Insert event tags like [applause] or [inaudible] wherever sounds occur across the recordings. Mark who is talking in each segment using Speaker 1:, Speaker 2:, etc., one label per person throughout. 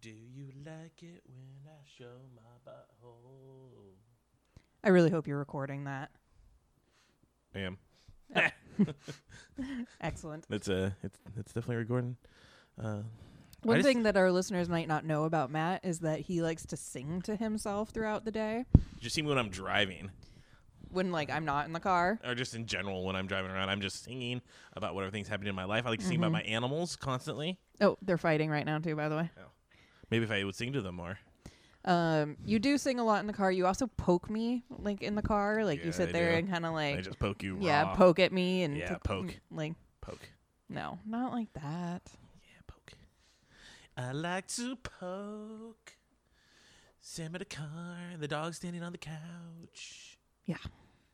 Speaker 1: Do you like it when I show my butthole?
Speaker 2: I really hope you're recording that.
Speaker 1: I am.
Speaker 2: Excellent.
Speaker 1: It's uh, it's it's definitely recording. Uh,
Speaker 2: One
Speaker 1: just-
Speaker 2: thing that our listeners might not know about Matt is that he likes to sing to himself throughout the day
Speaker 1: just see me when I'm driving,
Speaker 2: when, like, I'm not in the car.
Speaker 1: or just in general when I'm driving around. I'm just singing about whatever things happening in my life. I like to sing about my animals constantly.
Speaker 2: Oh, they're fighting right now, too, by the way.
Speaker 1: Maybe if I would sing to them more.
Speaker 2: Um, you do sing a lot in the car. You also poke me, like, in the car. Like,
Speaker 1: Yeah,
Speaker 2: you sit
Speaker 1: I
Speaker 2: there
Speaker 1: do.
Speaker 2: and kind of,
Speaker 1: I
Speaker 2: like,
Speaker 1: just poke you.
Speaker 2: yeah,
Speaker 1: raw.
Speaker 2: poke at me and,
Speaker 1: Yeah,
Speaker 2: t-
Speaker 1: poke.
Speaker 2: Like,
Speaker 1: poke.
Speaker 2: no, not like that.
Speaker 1: Yeah, poke. I like to poke. Sam at a car. The dog standing on the couch.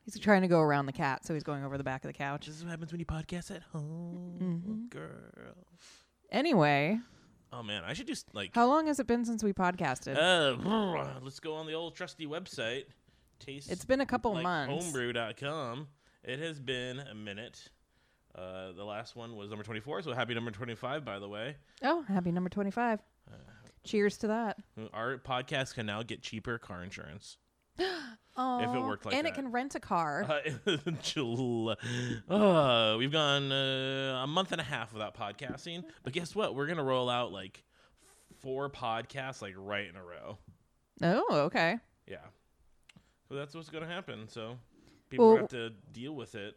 Speaker 2: He's trying to go around the cat, so he's going over the back of the couch.
Speaker 1: This is what happens when you podcast at home,
Speaker 2: Mhm.
Speaker 1: girl.
Speaker 2: Anyway,
Speaker 1: Oh man, I should just like.
Speaker 2: how long has it been since we podcasted?
Speaker 1: Uh, [laughs] let's go on the old trusty website. Taste.
Speaker 2: it's been a couple
Speaker 1: like
Speaker 2: months.
Speaker 1: Homebrew.com. It has been a minute. Uh, the last one was number 24, so happy number 25, by the way.
Speaker 2: Oh, happy number 25. Cheers to that.
Speaker 1: Our podcast can now get cheaper car insurance.
Speaker 2: Oh,
Speaker 1: it worked like
Speaker 2: And
Speaker 1: that.
Speaker 2: it can rent a car.
Speaker 1: Uh, [laughs] Jul- uh, we've gone uh, a month and a half without podcasting, but guess what? We're going to roll out like four podcasts like right in a row. Uh-huh.
Speaker 2: oh, okay.
Speaker 1: Yeah. So that's what's going to happen. So people
Speaker 2: Well-
Speaker 1: have to deal with it.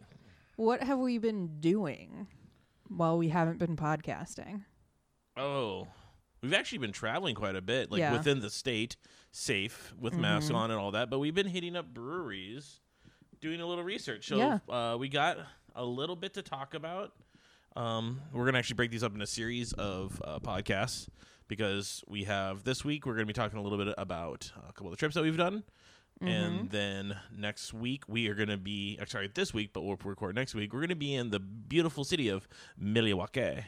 Speaker 2: What have we been doing while we haven't been podcasting?
Speaker 1: Oh, we've actually been traveling quite a bit, like
Speaker 2: Yeah. Mm-hmm.
Speaker 1: within the state, safe with masks on and all that. But we've been hitting up breweries, doing a little research. So
Speaker 2: Yeah.
Speaker 1: uh, we got a little bit to talk about. Um, we're gonna actually break these up in a series of uh, podcasts because we have this week we're gonna be talking a little bit about uh, a couple of the trips that we've done.
Speaker 2: Mm-hmm.
Speaker 1: And then next week we are going to be, uh, sorry, this week, but we'll record next week. We're going to be in the beautiful city of Milwaukee.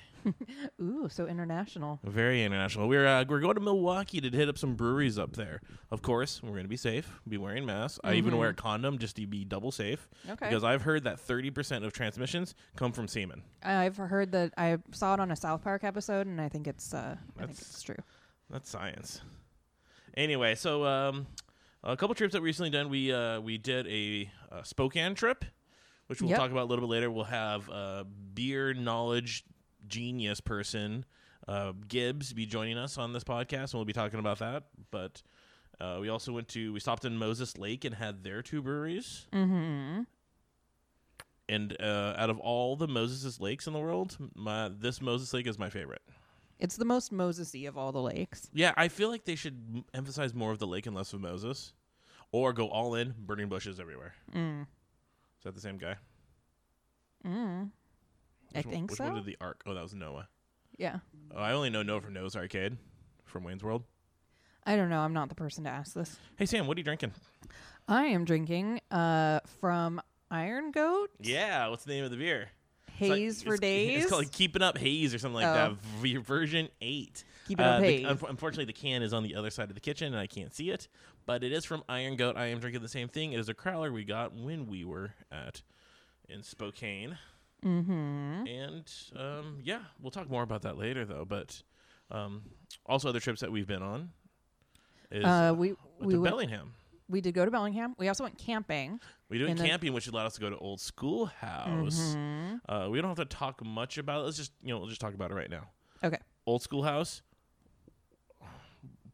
Speaker 2: Ooh, so international.
Speaker 1: Very international. We're uh, we're going to Milwaukee to hit up some breweries up there. Of course, we're going to be safe. Be wearing masks. I even wear a condom just to be double safe.
Speaker 2: Okay.
Speaker 1: Because I've heard that thirty percent of transmissions come from semen.
Speaker 2: I've heard that I saw it on a South Park episode, and I think it's uh, I think
Speaker 1: That's-
Speaker 2: it's true.
Speaker 1: That's science. Anyway, so um, a couple trips that we recently done. We uh, we did a uh, Spokane trip, which we'll
Speaker 2: Yep.
Speaker 1: talk about a little bit later. We'll have uh, beer knowledge genius person uh, Gibbs be joining us on this podcast, and we'll be talking about that. But uh, we also went to we stopped in Moses Lake and had their two breweries.
Speaker 2: Mm-hmm.
Speaker 1: And uh, out of all the Moses lakes in the world, my, this Moses Lake is my favorite.
Speaker 2: It's the most Mosesy of all the lakes.
Speaker 1: Yeah, I feel like they should m- emphasize more of the lake and less of Moses, or go all in burning bushes everywhere.
Speaker 2: Mm.
Speaker 1: Is that the same guy?
Speaker 2: Mm. I
Speaker 1: Which one,
Speaker 2: think
Speaker 1: which
Speaker 2: so.
Speaker 1: one did the arc? Oh, that was Noah.
Speaker 2: yeah.
Speaker 1: Oh, I only know Noah from Noah's Arcade, from Wayne's World.
Speaker 2: I don't know. I'm not the person to ask this.
Speaker 1: Hey Sam, what are you drinking?
Speaker 2: I am drinking uh, from Iron Goat
Speaker 1: Yeah, what's the name of the beer? It's like-
Speaker 2: Haze for
Speaker 1: it's- [laughs]
Speaker 2: Days.
Speaker 1: It's called like Keeping Up Haze or something like
Speaker 2: Oh.
Speaker 1: that. V- version eight.
Speaker 2: Keep it
Speaker 1: Uh,
Speaker 2: up,
Speaker 1: the-
Speaker 2: Haze.
Speaker 1: unf- unfortunately, the can is on the other side of the kitchen and I can't see it, but it is from Iron Goat. I am drinking the same thing. It is a crowler we got when we were at in Spokane.
Speaker 2: mm-hmm.
Speaker 1: And um, yeah, we'll talk more about that later, though. But um, also other trips that we've been on is
Speaker 2: Uh, we
Speaker 1: went
Speaker 2: we
Speaker 1: to
Speaker 2: went,
Speaker 1: Bellingham.
Speaker 2: we did go to Bellingham. We also went camping.
Speaker 1: We did
Speaker 2: and then-
Speaker 1: camping, which allowed us to go to Old Schoolhouse.
Speaker 2: Mhm.
Speaker 1: Uh, we don't have to talk much about. it. Let's just you know, we'll just talk about it right now.
Speaker 2: Okay.
Speaker 1: Old Schoolhouse,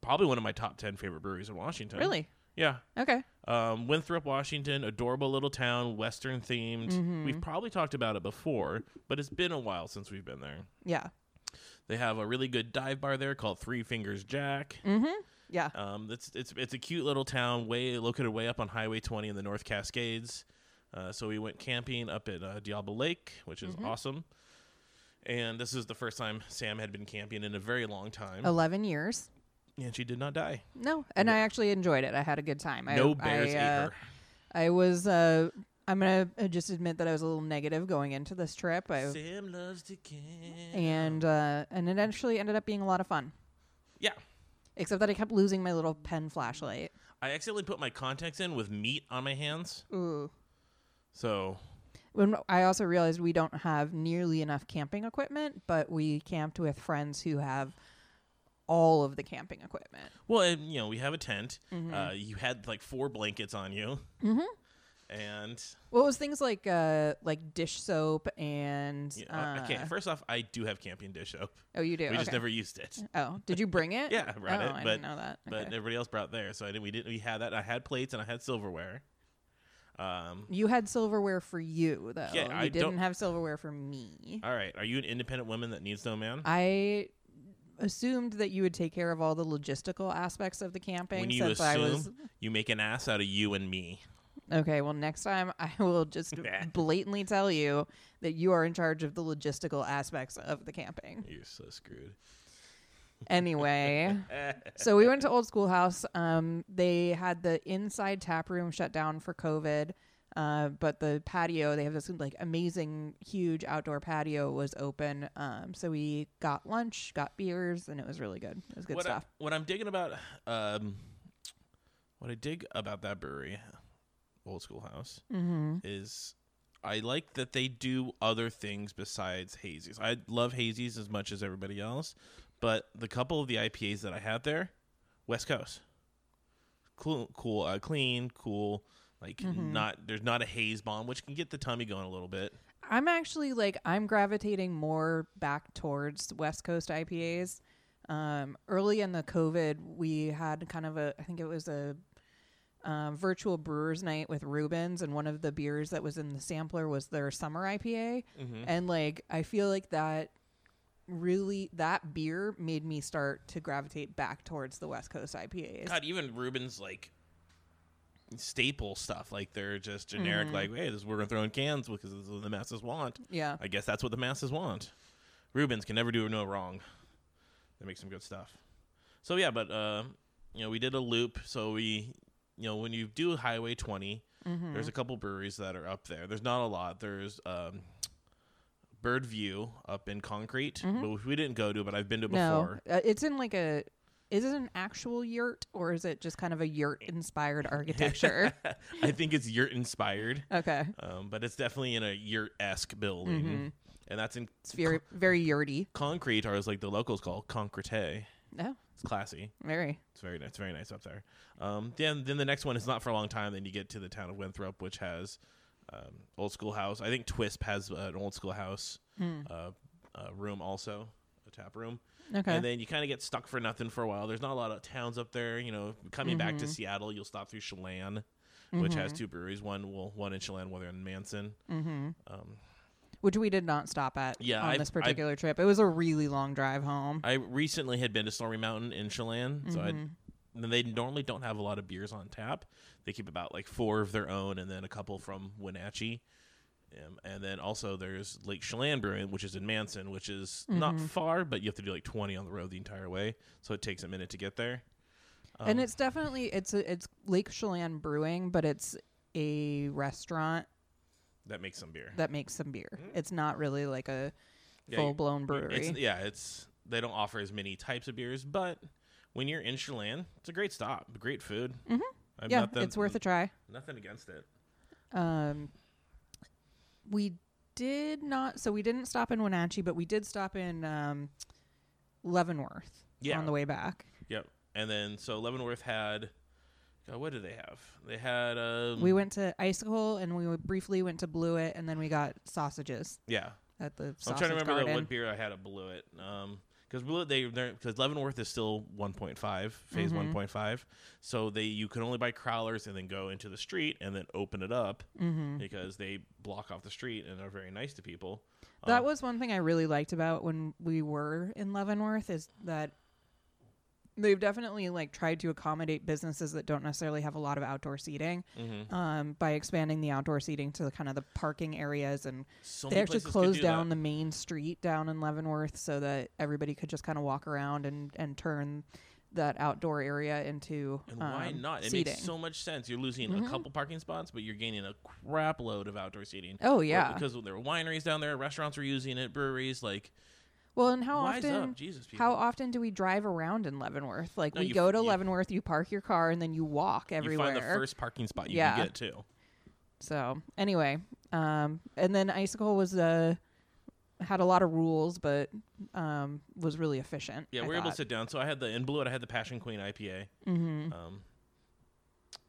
Speaker 1: probably one of my top ten favorite breweries in Washington.
Speaker 2: Really?
Speaker 1: Yeah.
Speaker 2: Okay.
Speaker 1: Um, Winthrop, Washington, adorable little town, Western themed.
Speaker 2: Mm-hmm.
Speaker 1: We've probably talked about it before, but it's been a while since we've been there.
Speaker 2: Yeah.
Speaker 1: They have a really good dive bar there called Three Fingers Jack.
Speaker 2: Mm-hmm. Yeah.
Speaker 1: Um, it's it's it's a cute little town, way located way up on Highway 20 in the North Cascades. Uh, so we went camping up at uh, Diablo Lake, which
Speaker 2: Mm-hmm.
Speaker 1: is awesome. And this is the first time Sam had been camping in a very long time,
Speaker 2: Eleven years.
Speaker 1: and she did not die.
Speaker 2: No, and I actually enjoyed it. I had a good time. I,
Speaker 1: no bears ate
Speaker 2: I, uh,
Speaker 1: her.
Speaker 2: I was. Uh, I'm gonna uh, just admit that I was a little negative going into this trip. I
Speaker 1: Sam loves to camp.
Speaker 2: and uh, and it actually ended up being a lot of fun.
Speaker 1: yeah,
Speaker 2: Except that I kept losing my little pen flashlight.
Speaker 1: I accidentally put my contacts in with meat on my hands,
Speaker 2: Ooh.
Speaker 1: so
Speaker 2: When I also realized we don't have nearly enough camping equipment, but we camped with friends who have all of the camping equipment.
Speaker 1: Well, and, you know, we have a tent.
Speaker 2: Mm-hmm.
Speaker 1: Uh, you had like four blankets on you,
Speaker 2: Mm-hmm.
Speaker 1: and
Speaker 2: Well, it was things like uh, like dish soap and
Speaker 1: you know, okay.
Speaker 2: uh,
Speaker 1: First off, I do have camping dish soap.
Speaker 2: oh, you do.
Speaker 1: We just
Speaker 2: okay.
Speaker 1: never used it,
Speaker 2: Oh, did you bring
Speaker 1: [laughs]
Speaker 2: it?
Speaker 1: Yeah, I brought
Speaker 2: oh,
Speaker 1: it,
Speaker 2: I
Speaker 1: but-
Speaker 2: didn't know that.
Speaker 1: but
Speaker 2: Okay.
Speaker 1: everybody else brought theirs, so I didn't. We didn't. We had that. I had plates and I had silverware. Um.
Speaker 2: you had silverware for you though.
Speaker 1: Yeah,
Speaker 2: you
Speaker 1: I
Speaker 2: didn't
Speaker 1: don't-
Speaker 2: have silverware for me.
Speaker 1: All right. Are you an independent woman that needs no man?
Speaker 2: I assumed that you would take care of all the logistical aspects of the camping
Speaker 1: when you
Speaker 2: since I was
Speaker 1: assume you make an ass out of you and me.
Speaker 2: Okay, well next time [laughs] I will just blatantly tell you that you are in charge of the logistical aspects of the camping.
Speaker 1: You're so screwed.
Speaker 2: Anyway, so we went to Old Schoolhouse. Um, they had the inside tap room shut down for COVID, uh, but the patio they have this like amazing huge outdoor patio was open. Um, so we got lunch, got beers, and it was really good. It was good
Speaker 1: what
Speaker 2: stuff.
Speaker 1: I, what I'm digging about, um, what I dig about that brewery, Old School House,
Speaker 2: mm-hmm.
Speaker 1: is I like that they do other things besides hazies. I love hazies as much as everybody else, but the couple of the IPAs that I had there, West Coast, cool, cool, uh, clean, cool. Like
Speaker 2: Mhm.
Speaker 1: not there's not a haze bomb, which can get the tummy going a little bit.
Speaker 2: I'm actually like I'm gravitating more back towards West Coast IPAs. Um, early in the COVID, we had kind of a I think it was a um, virtual brewers night with Rubens, and one of the beers that was in the sampler was their summer IPA,
Speaker 1: Mm-hmm.
Speaker 2: and like I feel like that really that beer made me start to gravitate back towards the West Coast IPAs.
Speaker 1: God, even Ruben's like staple stuff, like they're just generic. Like, hey, this we're gonna throw in cans because this is what the masses want.
Speaker 2: Yeah,
Speaker 1: I guess that's what the masses want. Rubens can never do no wrong. They make some good stuff. So yeah, but uh, you know, we did a loop. So we, you know, when you do Highway 20,
Speaker 2: Mm-hmm.
Speaker 1: there's a couple breweries that are up there. There's not a lot. There's um, Bird View up in Concrete, which we didn't go to, but I've been to before. [laughs]
Speaker 2: Mm-hmm. no, uh, it's in like a. Is it an actual yurt or is it just kind of a yurt inspired
Speaker 1: [laughs]
Speaker 2: architecture?
Speaker 1: I think it's yurt inspired.
Speaker 2: Okay.
Speaker 1: um, but it's definitely in a yurt esque building, and that's in
Speaker 2: Mm-hmm. It's very very yurty.
Speaker 1: concrete, or as like the locals call concrete.
Speaker 2: No,
Speaker 1: It's classy.
Speaker 2: very.
Speaker 1: It's very nice. Very nice up there. Um, then then the next one is not for a long time. Then you get to the town of Winthrop, which has um, old school house. I think Twisp has uh, an old school house uh, uh, room also, a tap room.
Speaker 2: Okay.
Speaker 1: And then you kind of get stuck for nothing for a while. There's not a lot of towns up there. You know, coming back to Seattle, you'll stop through Chelan, which has two breweries. One will one in Chelan, one in Manson.
Speaker 2: Which we did not stop at
Speaker 1: Yeah,
Speaker 2: on
Speaker 1: I've-
Speaker 2: this
Speaker 1: I've-
Speaker 2: particular trip. It was a really long drive home.
Speaker 1: I recently had been to Stormy Mountain in Chelan, so I
Speaker 2: Mm-hmm.
Speaker 1: and they normally don't have a lot of beers on tap. They keep about like four of their own, and then a couple from Wenatchee, um, and then also there's Lake Chelan Brewing, which is in Manson, which is not
Speaker 2: Mm-hmm.
Speaker 1: far, but you have to do like twenty on the road the entire way, so it takes a minute to get there. Oh.
Speaker 2: and it's definitely it's a, it's Lake Chelan Brewing, but it's a restaurant
Speaker 1: That makes some beer.
Speaker 2: that makes some beer. It's not really like a
Speaker 1: Mm. Yeah, you-
Speaker 2: full blown brewery.
Speaker 1: It's, yeah, it's they don't offer as many types of beers, but when you're in Chelan, it's a great stop, great food. Mm-hmm. I've
Speaker 2: yeah,
Speaker 1: nothing,
Speaker 2: it's worth a try.
Speaker 1: Nothing against it.
Speaker 2: Um, we did not, so we didn't stop in Wenatchee, but we did stop in um, Leavenworth
Speaker 1: Yeah.
Speaker 2: on the way back.
Speaker 1: Yep. And then so Leavenworth had God, what did they have? They had um
Speaker 2: We went to Icicle and we briefly went to Blewett and then we got sausages
Speaker 1: yeah.
Speaker 2: at the
Speaker 1: I'm
Speaker 2: sausage
Speaker 1: trying to remember that
Speaker 2: garden.
Speaker 1: what beer I had at Blewett. Um because Blewett they because Leavenworth is still 1.5 phase
Speaker 2: Mm-hmm.
Speaker 1: 1.5, so they you can only buy crowlers and then go into the street and then open it up
Speaker 2: Mm-hmm.
Speaker 1: because they block off the street and are very nice to people. Um,
Speaker 2: That was one thing I really liked about when we were in Leavenworth is that they've definitely like tried to accommodate businesses that don't necessarily have a lot of outdoor seating
Speaker 1: mm-hmm.
Speaker 2: um, by expanding the outdoor seating to kind of the parking areas and
Speaker 1: So
Speaker 2: they
Speaker 1: many
Speaker 2: actually
Speaker 1: places could
Speaker 2: closed
Speaker 1: do
Speaker 2: down
Speaker 1: that.
Speaker 2: the main street down in Leavenworth so that everybody could just kind of walk around and and turn that outdoor area into
Speaker 1: And why
Speaker 2: um,
Speaker 1: not? It
Speaker 2: seating. Mm-hmm.
Speaker 1: makes so much sense. You're losing a couple parking spots, but you're gaining a crap load of outdoor seating.
Speaker 2: Oh,
Speaker 1: Well,
Speaker 2: yeah.
Speaker 1: because there were wineries down there, restaurants were using it, breweries. Like
Speaker 2: Well, and how
Speaker 1: Wise
Speaker 2: often?
Speaker 1: up, Jesus, people.
Speaker 2: how often do we drive around in Leavenworth? Like
Speaker 1: No,
Speaker 2: we
Speaker 1: you-
Speaker 2: go to
Speaker 1: you-
Speaker 2: Leavenworth, you park your car, and then you walk everywhere.
Speaker 1: you find the first parking spot you
Speaker 2: Yeah.
Speaker 1: can get to.
Speaker 2: so anyway, um, and then Icicle was uh, had a lot of rules, but um, was really efficient.
Speaker 1: Yeah,
Speaker 2: I
Speaker 1: we were able to
Speaker 2: thought.
Speaker 1: sit down. So I had the in blue, I had the Passion Queen IPA.
Speaker 2: Mhm.
Speaker 1: Um,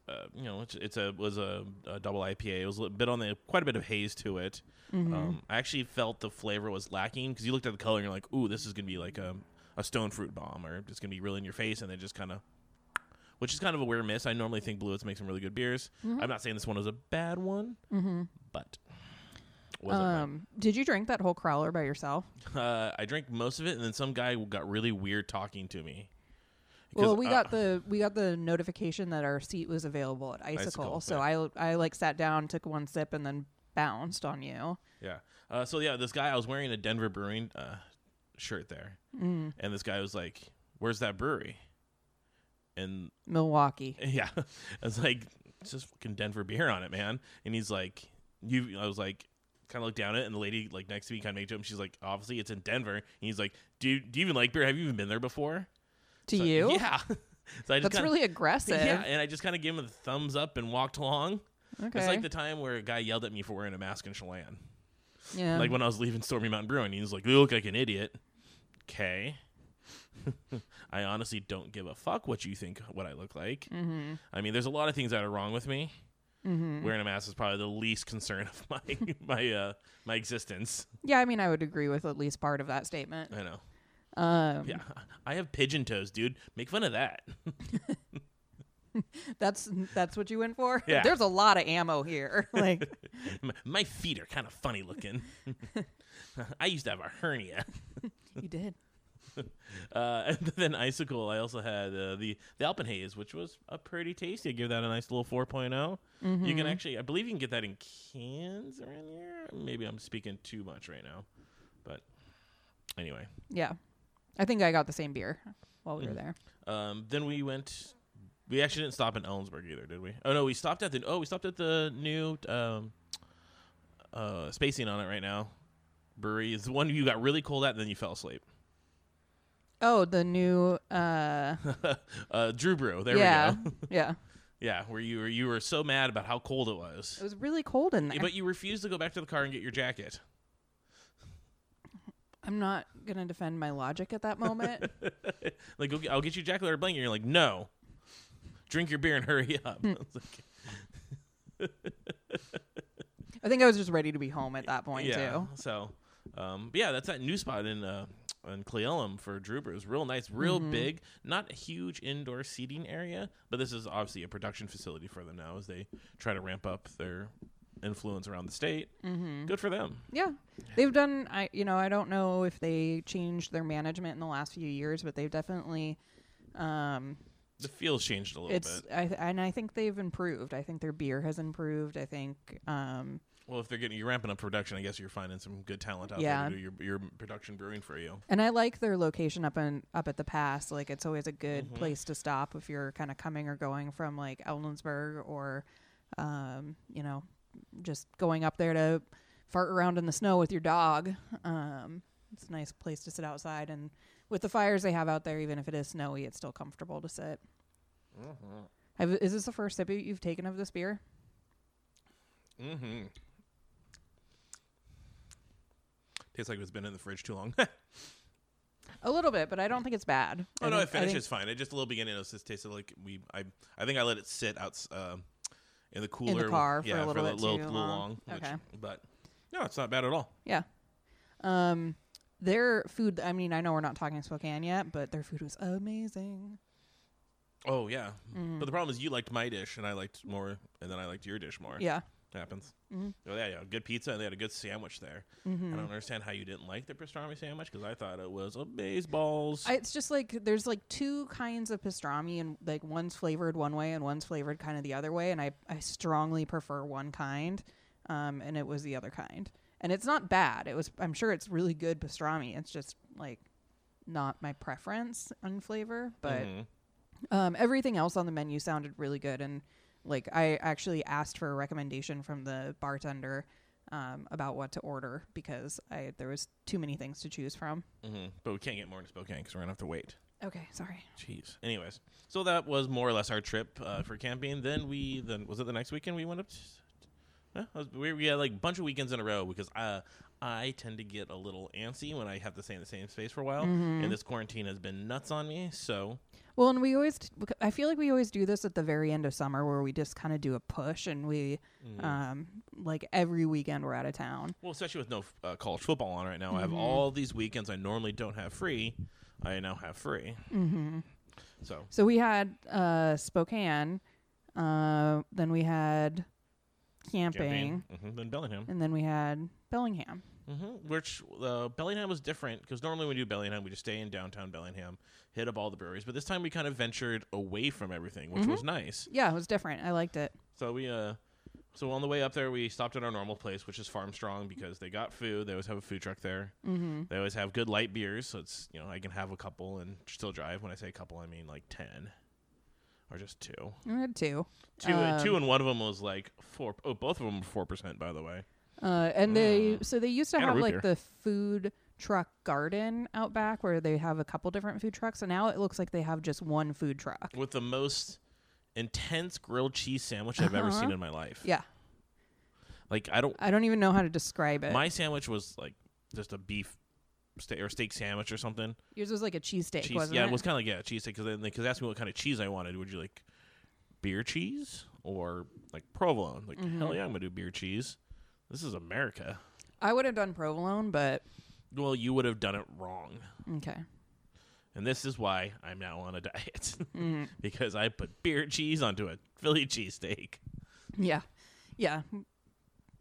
Speaker 1: uh, you know, it's, it's a was a, a double IPA. It was a little bit on the quite a bit of haze to it.
Speaker 2: Mm-hmm.
Speaker 1: Um, I actually felt the flavor was lacking because you looked at the color and you're like, "Ooh, this is gonna be like a, a stone fruit bomb, or it's gonna be really in your face," and then just kind of, which is kind of a weird miss. I normally think Bluets make some really good beers.
Speaker 2: Mm-hmm.
Speaker 1: I'm not saying this one was a bad one, but wasn't my
Speaker 2: Um, did you drink that whole crowler by yourself?
Speaker 1: uh, I drank most of it, and then some guy got really weird talking to me. 'Cause,
Speaker 2: Well, we
Speaker 1: uh,
Speaker 2: got the we got the notification that our seat was available at Icicle,
Speaker 1: Icicle,
Speaker 2: so I I like sat down, took one sip, and then bounced on you.
Speaker 1: yeah. Uh, so yeah, this guy I was wearing a Denver Brewing uh, shirt there,
Speaker 2: Mm,
Speaker 1: and this guy was like, "Where's that brewery?" And [laughs]
Speaker 2: Milwaukee.
Speaker 1: yeah, I was like, "It's just fucking Denver beer on it, man." And he's like, "You," I was like. Kind of looked down at it, and the lady like next to me kind of made to him. She's like, "Obviously, it's in Denver." And he's like, "Do you, do you even like beer? Have you even been there before?"
Speaker 2: To
Speaker 1: So- [laughs]
Speaker 2: you,
Speaker 1: yeah. so I just
Speaker 2: that's
Speaker 1: kinda,
Speaker 2: really aggressive.
Speaker 1: yeah, and I just kind of gave him a thumbs up and walked along.
Speaker 2: okay.
Speaker 1: It's like the time where a guy yelled at me for wearing a mask in Chelan.
Speaker 2: yeah.
Speaker 1: like when I was leaving Stormy Mountain Brewing, he was like, "You look like an idiot." Okay. [laughs] I honestly don't give a fuck what you think what I look like.
Speaker 2: mm-hmm.
Speaker 1: I mean, there's a lot of things that are wrong with me.
Speaker 2: Mm-hmm.
Speaker 1: Wearing a mask is probably the least concern of [laughs] my my uh, my existence.
Speaker 2: Yeah, I mean, I would agree with at least part of that statement.
Speaker 1: I know.
Speaker 2: Um,
Speaker 1: Yeah, I have pigeon toes, dude. Make fun of that. [laughs]
Speaker 2: that's that's what you went for.
Speaker 1: Yeah.
Speaker 2: There's a lot of
Speaker 1: [laughs]
Speaker 2: ammo here. Like,
Speaker 1: M- my feet are kind of funny looking. [laughs] I used to have a hernia.
Speaker 2: you did.
Speaker 1: Uh, [laughs] and then icicle, I also had uh, the the Alpenhaze, which was a pretty tasty. I give that a nice little 4.0. You can actually, I believe, you can get that in cans around here. Maybe I'm speaking too much right now, but anyway.
Speaker 2: Yeah, I think I got the same beer while we were
Speaker 1: Mhm.
Speaker 2: there.
Speaker 1: Um, then we went. We actually didn't stop in Ellensburg either, did we? Oh no, we stopped at the. Oh, we stopped at the new um, uh, spacing on it right now. Brewery is the one you got really cold at, and then you fell asleep. [laughs]
Speaker 2: Oh, the new. Uh,
Speaker 1: uh, Drew Brew, there
Speaker 2: yeah,
Speaker 1: we go.
Speaker 2: [laughs] yeah.
Speaker 1: Yeah, where you were you were so mad about how cold it
Speaker 2: It
Speaker 1: was,
Speaker 2: was really cold in there.
Speaker 1: but you refused to go back to the car and get your jacket.
Speaker 2: I'm not gonna defend my logic
Speaker 1: [laughs]
Speaker 2: at that moment.
Speaker 1: like, okay, I'll get you a jacket or a blanket. And you're like, no, drink your beer and [laughs] hurry up.
Speaker 2: Hmm.
Speaker 1: I was like,
Speaker 2: I think I was just ready to be home at that point
Speaker 1: yeah.
Speaker 2: too.
Speaker 1: So, um, but yeah, that's that new spot in uh, in Cleellum for Drew Brew. It's real nice, real
Speaker 2: Mm-hmm.
Speaker 1: big, not a huge indoor seating area, but this is obviously a production facility for them now as they try to ramp up their influence around the state.
Speaker 2: Mm-hmm.
Speaker 1: Good for them.
Speaker 2: Yeah, they've done. I you know I don't know if they changed their management in the last few years, but they've definitely. Um,
Speaker 1: The feels changed a little
Speaker 2: it's
Speaker 1: bit.
Speaker 2: I th- and I think they've improved. I think their beer has improved. I think um,
Speaker 1: Well, if they're getting you're ramping up production, I guess you're finding some good talent out
Speaker 2: Yeah.
Speaker 1: there to do your your production brewing for you.
Speaker 2: and I like their location up in up at the pass. Like it's always a good
Speaker 1: Mhm.
Speaker 2: place to stop if you're kind of coming or going from like Ellensburg or, um, you know, just going up there to fart around in the snow with your dog. Um, it's a nice place to sit outside and with the fires they have out there, even if it is snowy, it's still comfortable to sit.
Speaker 1: Mm-hmm.
Speaker 2: Have, is this the first sip you- you've taken of this beer?
Speaker 1: Mm-hmm. Tastes like it's been in the fridge too long. [laughs]
Speaker 2: A little bit, but I don't think it's bad.
Speaker 1: oh no, it
Speaker 2: think-
Speaker 1: finishes
Speaker 2: think-
Speaker 1: fine. It just a little beginning. It was just tasted like we. I I think I let it sit out um in the cooler
Speaker 2: car for
Speaker 1: yeah,
Speaker 2: a little
Speaker 1: the
Speaker 2: bit
Speaker 1: little,
Speaker 2: too
Speaker 1: little
Speaker 2: long.
Speaker 1: which-
Speaker 2: Okay.
Speaker 1: but no, it's not bad at all.
Speaker 2: Yeah. Um, their food. I mean, I know we're not talking Spokane yet, but their food was amazing.
Speaker 1: Oh yeah,
Speaker 2: Mm.
Speaker 1: but the problem is you liked my dish and I liked more, and then I liked your dish more.
Speaker 2: Yeah.
Speaker 1: happens.
Speaker 2: Mhm.
Speaker 1: Oh yeah, yeah, good pizza and they had a good sandwich there. I
Speaker 2: Mm-hmm.
Speaker 1: don't understand how you didn't like the pastrami sandwich because I thought it was amazeballs.
Speaker 2: I, it's just like there's like two kinds of pastrami, and like one's flavored one way and one's flavored kind of the other way, and I I strongly prefer one kind, um, and it was the other kind, and it's not bad. It was I'm sure it's really good pastrami. It's just like not my preference on flavor, but
Speaker 1: Mhm.
Speaker 2: Um, everything else on the menu sounded really good, and like I actually asked for a recommendation from the bartender um, about what to order because I there was too many things to choose from.
Speaker 1: Mhm. but we can't get more into Spokane because we're gonna have to wait.
Speaker 2: Okay, sorry.
Speaker 1: Jeez. Anyways, so that was more or less our trip uh, for camping. Then we then was it the next weekend we went up. To, Huh? That was- we, we had like a bunch of weekends in a row because uh, I tend to get a little antsy when I have to stay in the same space for a while,
Speaker 2: Mm-hmm.
Speaker 1: and this quarantine has been nuts on me. So
Speaker 2: Well, and we always, t- bec- I feel like we always do this at the very end of summer where we just kind of do a push and we,
Speaker 1: Mm.
Speaker 2: um, like every weekend we're out of town.
Speaker 1: Well, especially with no f- uh, college football on right now, I have all these weekends I normally don't have free. I now have free. Mm-hmm. So
Speaker 2: So we had, uh, Spokane, uh, then we had
Speaker 1: campaign,
Speaker 2: camping,
Speaker 1: hmm then Bellingham,
Speaker 2: and then we had Bellingham.
Speaker 1: hmm which uh, Bellingham was different because normally when we do Bellingham, we just stay in downtown Bellingham, hit up all the breweries. But this time we kind of ventured away from everything, which was nice.
Speaker 2: Yeah, it was different. I liked it.
Speaker 1: So we uh so on the way up there we stopped at our normal place, which is Farm Strong, because they got food. They always have a food truck there. Mm-hmm. They always have good light beers, so it's you know I can have a couple and still drive. When I say a couple, I mean like ten or just two.
Speaker 2: I had two. Um,
Speaker 1: Two, uh, two, and one of them was like four oh both of them were four percent, by the way.
Speaker 2: Uh, and they so they used to
Speaker 1: Mm. And a
Speaker 2: have
Speaker 1: root beer.
Speaker 2: like the food truck garden out back where they have a couple different food trucks. And now it looks like they have just one food truck.
Speaker 1: With the most intense grilled cheese sandwich I've ever seen in my life.
Speaker 2: Uh-huh. Yeah,
Speaker 1: Like I don't.
Speaker 2: I don't even know how to describe it.
Speaker 1: My sandwich was like just a beef. Steak or steak sandwich or something.
Speaker 2: Yours was like a cheesesteak,
Speaker 1: cheese.
Speaker 2: wasn't
Speaker 1: yeah,
Speaker 2: it?
Speaker 1: it was kind of like yeah, cheese because then because asked me what kind of cheese I wanted. Would you like beer cheese or like provolone? Like
Speaker 2: Mm-hmm.
Speaker 1: hell yeah, I'm gonna do beer cheese. This is America.
Speaker 2: I would have done provolone, but
Speaker 1: Well, you would have done it wrong,
Speaker 2: okay.
Speaker 1: and this is why I'm now on a diet [laughs]
Speaker 2: Mm-hmm.
Speaker 1: because I put beer cheese onto a Philly cheesesteak.
Speaker 2: Yeah, yeah.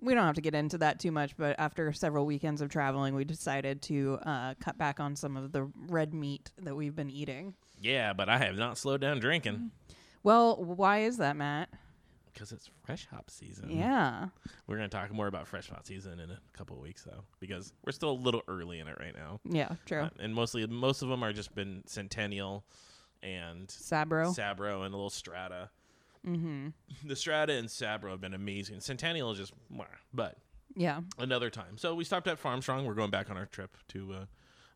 Speaker 2: We don't have to get into that too much, but after several weekends of traveling, we decided to uh, cut back on some of the red meat that we've been eating.
Speaker 1: Yeah, but I have not slowed down
Speaker 2: Mm.
Speaker 1: drinking
Speaker 2: Well, why is that, Matt?
Speaker 1: because it's fresh hop season.
Speaker 2: Yeah.
Speaker 1: we're gonna talk more about fresh hop season in a couple of weeks though because we're still a little early in it right now.
Speaker 2: Yeah, true.
Speaker 1: Uh, and mostly most of them are just been centennial and
Speaker 2: Sabro.
Speaker 1: Sabro and a little Strata. Mm-hmm. [laughs] The Strata and Sabro have been amazing. Centennial is just, mwah, but
Speaker 2: yeah.
Speaker 1: another time. So we stopped at Farmstrong. We're going back on our trip to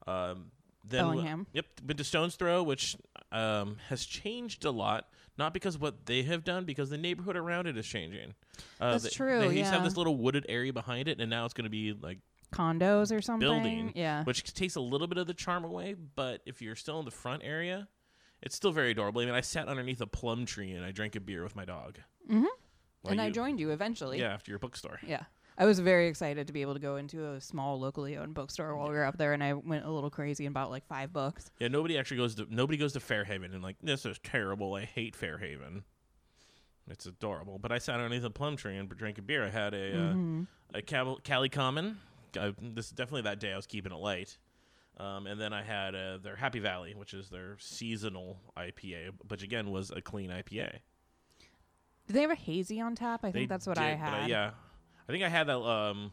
Speaker 1: uh, um, then we-
Speaker 2: Bellingham.
Speaker 1: yep, been to Stones Throw, which um, has changed a lot. Not because what they have done, because the neighborhood around it is changing. Uh,
Speaker 2: That's
Speaker 1: they-
Speaker 2: true,
Speaker 1: They used to have
Speaker 2: yeah.
Speaker 1: this little wooded area behind it, and now it's going to be like
Speaker 2: Condos or something.
Speaker 1: building,
Speaker 2: Yeah.
Speaker 1: which takes a little bit of the charm away. But if you're still in the front area, it's still very adorable. I mean, I sat underneath a plum tree and I drank a beer with my dog. Mm-hmm.
Speaker 2: and I joined you eventually.
Speaker 1: Yeah, after your bookstore.
Speaker 2: Yeah. I was very excited to be able to go into a small locally owned bookstore while we were up there, and I went a little crazy and bought like five books.
Speaker 1: Yeah, nobody actually goes to nobody goes to Fairhaven and like this is terrible. I hate Fairhaven. It's adorable, but I sat underneath a plum tree and drank a beer. I had a
Speaker 2: Mm-hmm.
Speaker 1: uh, a Cal- Cali Common. I, this definitely that day I was keeping it light, um, and then I had uh, their Happy Valley, which is their seasonal IPA, which again was a clean IPA.
Speaker 2: Did they have a hazy on tap? I
Speaker 1: They
Speaker 2: think that's what
Speaker 1: did,
Speaker 2: I
Speaker 1: but uh,
Speaker 2: had.
Speaker 1: yeah, I think I had that. Um,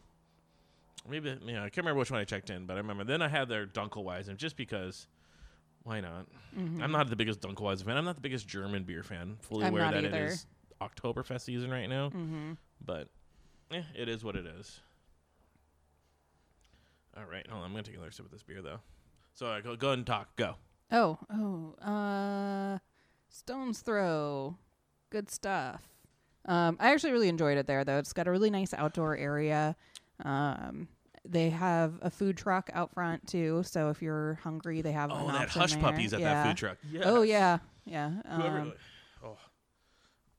Speaker 1: maybe you know, I can't remember which one I checked in, but I remember. Then I had their Dunkelweizen just because. Why not?
Speaker 2: Mm-hmm.
Speaker 1: I'm not the biggest Dunkelweizen fan. I'm not the biggest German beer fan. Fully
Speaker 2: I'm
Speaker 1: aware
Speaker 2: not
Speaker 1: that
Speaker 2: either.
Speaker 1: it
Speaker 2: Mm.
Speaker 1: is Oktoberfest season right now,
Speaker 2: Mm-hmm.
Speaker 1: but eh, it is what it is. All right, hold on. I'm gonna take another sip of this beer though. So uh, go, go ahead and talk. Go.
Speaker 2: Oh, oh. Uh, Stone's Throw. Good stuff. Um, I actually really enjoyed it there, though. It's got a really nice outdoor area. Um, they have a food truck out front too, so if you're hungry, they have.
Speaker 1: Oh,
Speaker 2: an
Speaker 1: that
Speaker 2: option
Speaker 1: hush
Speaker 2: there.
Speaker 1: puppies at that
Speaker 2: Yeah.
Speaker 1: food truck.
Speaker 2: Oh
Speaker 1: Yes.
Speaker 2: yeah, yeah.
Speaker 1: [laughs]
Speaker 2: Um,
Speaker 1: Whoever. oh.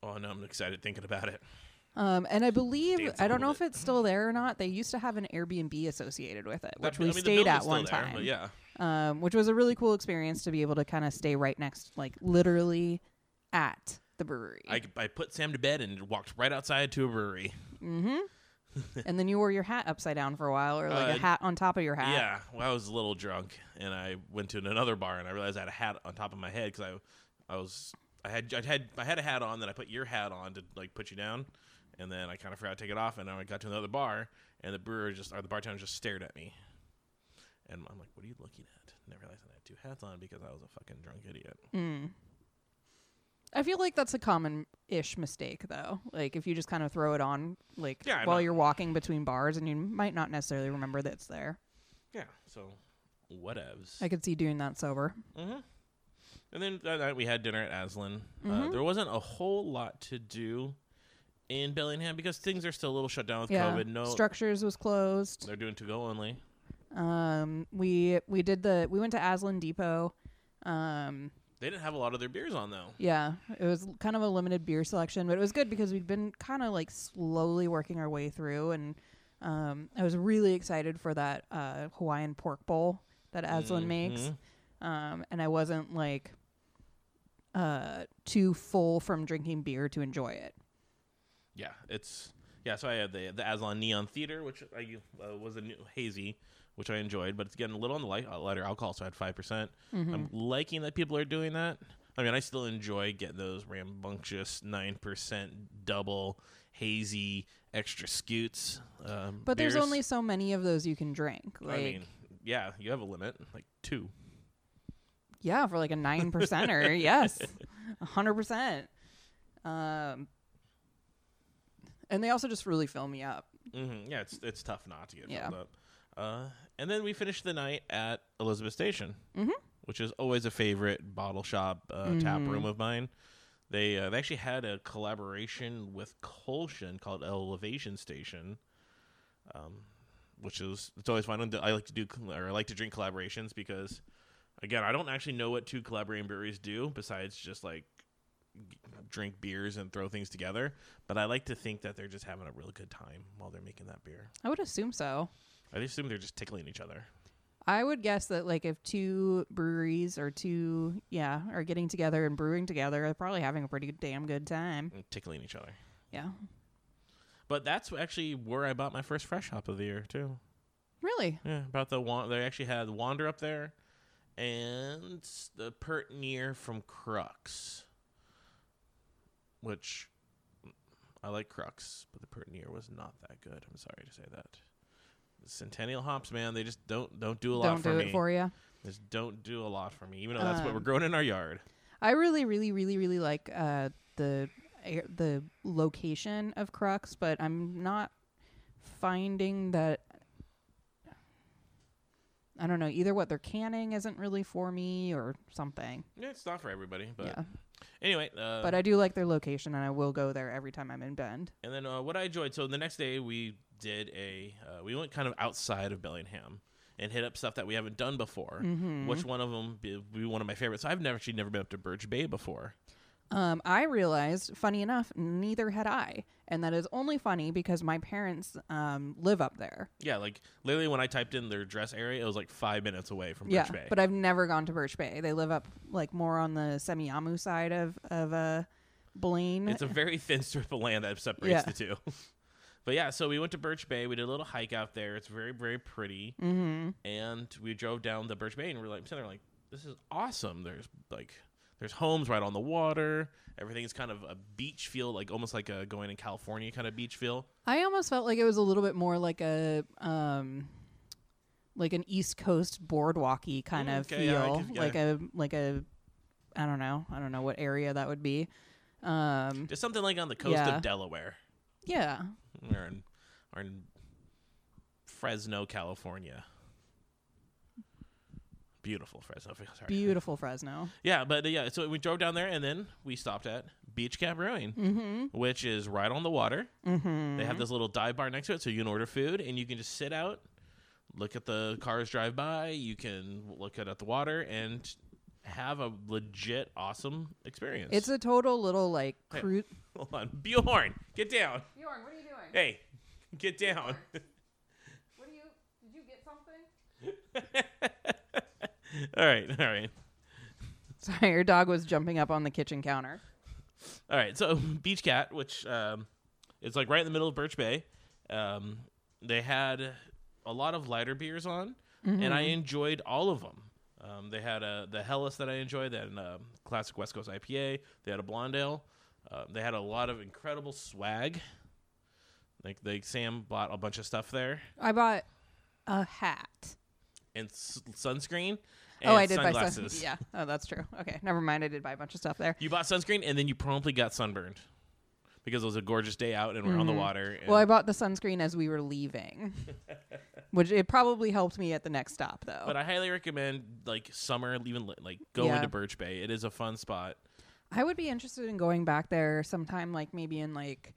Speaker 1: Oh no, I'm excited thinking about it.
Speaker 2: Um, and I believe
Speaker 1: Dance a
Speaker 2: I don't know
Speaker 1: little
Speaker 2: if it's still there or not. They used to have an Airbnb associated with it, which
Speaker 1: That-
Speaker 2: we
Speaker 1: I mean, the
Speaker 2: stayed
Speaker 1: building's
Speaker 2: at
Speaker 1: still
Speaker 2: one
Speaker 1: there,
Speaker 2: time.
Speaker 1: But yeah.
Speaker 2: Um, which was a really cool experience to be able to kind of stay right next, like literally at the brewery.
Speaker 1: I, I put Sam to bed and walked right outside to a brewery.
Speaker 2: Mm-hmm. and then you wore your hat upside down for a while, or like
Speaker 1: Uh,
Speaker 2: a hat on top of your hat.
Speaker 1: Yeah, well, I was a little drunk, and I went to another bar, and I realized I had a hat on top of my head because I, I was, I had, I had, I had a hat on, then I put your hat on to like put you down, and then I kind of forgot to take it off, and then I got to another bar, and the brewer just, or the bartender just stared at me, and I'm like, "What are you looking at?" And I realized I had two hats on because I was a fucking drunk idiot.
Speaker 2: Mm. I feel like that's a common-ish mistake, though. Like if you just kind of throw it on, like
Speaker 1: Yeah, I'm
Speaker 2: while
Speaker 1: not-
Speaker 2: you're walking between bars, and you might not necessarily remember that it's there.
Speaker 1: Yeah, so whatevs.
Speaker 2: I could see doing that sober.
Speaker 1: Mm-hmm. And then that night we had dinner at Aslan. Uh, there wasn't a whole lot to do in Bellingham because things are still a little shut down with
Speaker 2: Yeah.
Speaker 1: COVID. No,
Speaker 2: Structures was closed.
Speaker 1: they're doing to go only.
Speaker 2: Um, we we did the we went to Aslan Depot. Um,
Speaker 1: They didn't have a lot of their beers on though.
Speaker 2: yeah, it was kind of a limited beer selection, but it was good because we'd been kind of like slowly working our way through, and um, I was really excited for that uh, Hawaiian pork bowl that Aslan makes.
Speaker 1: Mhm.
Speaker 2: Um, and I wasn't like uh too full from drinking beer to enjoy it.
Speaker 1: Yeah, it's yeah. So I had the the Aslan Neon Theater, which I uh, was a new hazy, which I enjoyed, but it's getting a little on the light, uh, lighter alcohol, so I had five percent.
Speaker 2: Mm-hmm.
Speaker 1: I'm liking that people are doing that. I mean, I still enjoy getting those rambunctious nine percent double hazy extra scoots. Um,
Speaker 2: But there's
Speaker 1: beers.
Speaker 2: only so many of those you can drink. Like
Speaker 1: I mean, yeah, you have a limit, like two.
Speaker 2: Yeah, for like a
Speaker 1: [laughs]
Speaker 2: nine percenter. yes, a hundred percent. Um, and they also just really fill me up.
Speaker 1: hmm Yeah, it's it's tough not to get
Speaker 2: Yeah.
Speaker 1: filled up. Uh, and then we finished the night at Elizabeth Station,
Speaker 2: Mhm.
Speaker 1: which is always a favorite bottle shop uh, tap room of mine. They uh, they actually had a collaboration with Colshan called Elevation Station, um, which is it's always fun. And I like to do or I like to drink collaborations because again I don't actually know what two collaborating breweries do besides just like g- drink beers and throw things together. But I like to think that they're just having a really good time while they're making that beer.
Speaker 2: I would assume so.
Speaker 1: I assume they're just tickling each other.
Speaker 2: I would guess that like if two breweries or two yeah are getting together and brewing together, they're probably having a pretty damn good time.
Speaker 1: and mm, tickling each other.
Speaker 2: Yeah,
Speaker 1: But that's actually where I bought my first fresh hop of the year too.
Speaker 2: really.
Speaker 1: Yeah, about the wan- they actually had Wander up there, and the Pertinier from Crux, which mm, I like Crux, but the Pertinier was not that good. I'm sorry to say that. Centennial hops, man, they just don't don't do a lot
Speaker 2: Don't
Speaker 1: for
Speaker 2: do
Speaker 1: me.
Speaker 2: it for you.
Speaker 1: just don't do a lot for me, even though that's what
Speaker 2: Um,
Speaker 1: we're growing in our yard.
Speaker 2: I really, really, really, really like uh, the air- the location of Crux, but I'm not finding that. I don't know either. What they're canning isn't really for me, or something.
Speaker 1: Yeah, it's not for everybody, but
Speaker 2: yeah,
Speaker 1: anyway. Uh,
Speaker 2: but I do like their location, and I will go there every time I'm in Bend.
Speaker 1: And then uh, what I enjoyed. So the next day we did a uh, we went kind of outside of Bellingham and hit up stuff that we haven't done before.
Speaker 2: Mm-hmm.
Speaker 1: Which one of them be, be one of my favorites? I've never actually never been up to Birch Bay before.
Speaker 2: Um, I realized, funny enough, neither had I, and that is only funny because my parents um, live up there.
Speaker 1: Yeah, like literally when I typed in their dress area, it was like five minutes away from
Speaker 2: yeah,
Speaker 1: Birch Bay.
Speaker 2: but I've never gone to Birch Bay. They live up like more on the Semiamu side of of uh, Blaine. [laughs]
Speaker 1: it's a very thin strip of land that separates
Speaker 2: Yeah.
Speaker 1: the two. [laughs] but yeah, so we went to Birch Bay. We did a little hike out there. It's very very pretty.
Speaker 2: mm-hmm.
Speaker 1: and we drove down the Birch Bay, and we were like sitting there, like this is awesome. There's like there's homes right on the water. Everything's kind of a beach feel, like almost like a going in California kind of beach feel.
Speaker 2: I almost felt like it was a little bit more like a um, like an East Coast boardwalky kind
Speaker 1: Mm,
Speaker 2: of
Speaker 1: okay, yeah, I
Speaker 2: feel,
Speaker 1: could- yeah.
Speaker 2: like a like a I don't know, I don't know what area that would be. Um,
Speaker 1: Just something like on the coast
Speaker 2: Yeah.
Speaker 1: of Delaware
Speaker 2: yeah,
Speaker 1: or in, or in Fresno, California. Beautiful Fresno. [laughs] Sorry.
Speaker 2: beautiful Fresno.
Speaker 1: Yeah, but uh, yeah, so we drove down there, and then we stopped at Beach Cat Brewing,
Speaker 2: Mm-hmm.
Speaker 1: which is right on the water.
Speaker 2: Mm-hmm.
Speaker 1: They have this little dive bar next to it, so you can order food and you can just sit out, look at the cars drive by, you can look at, at the water, and have a legit awesome experience.
Speaker 2: It's a total little like
Speaker 1: Hey.
Speaker 2: cruise.
Speaker 1: [laughs] hold on, Bjorn, get down.
Speaker 2: Bjorn, what are you doing?
Speaker 1: Hey, get down. [laughs]
Speaker 2: What do you? Did you get something?
Speaker 1: all right, all right,
Speaker 2: Sorry, your dog was jumping up on the kitchen counter.
Speaker 1: all right. So [laughs] Beach Cat, which um, is like right in the middle of Birch Bay, um, they had a lot of lighter beers on, and
Speaker 2: Mm-hmm.
Speaker 1: I enjoyed all of them. Um, they had a, the Hellas that I enjoyed, then a um, classic West Coast IPA. They had a blonde ale. Uh, they had a lot of incredible swag. Like they Sam bought a bunch of stuff there
Speaker 2: I bought a hat.
Speaker 1: and s- sunscreen. And
Speaker 2: oh, I did buy
Speaker 1: sunglasses.
Speaker 2: some. Yeah. Oh, that's true. Okay, never mind. I did buy a bunch of stuff there.
Speaker 1: You bought sunscreen and then you promptly got sunburned because it was a gorgeous day out and we're on the water. And
Speaker 2: Mm-hmm. Well, I bought the sunscreen as we were
Speaker 1: [laughs]
Speaker 2: leaving, which it probably helped me at the next stop though.
Speaker 1: but I highly recommend like summer, even li- like go
Speaker 2: Yeah.
Speaker 1: into Birch Bay. It is a fun spot.
Speaker 2: I would be interested in going back there sometime, like maybe in like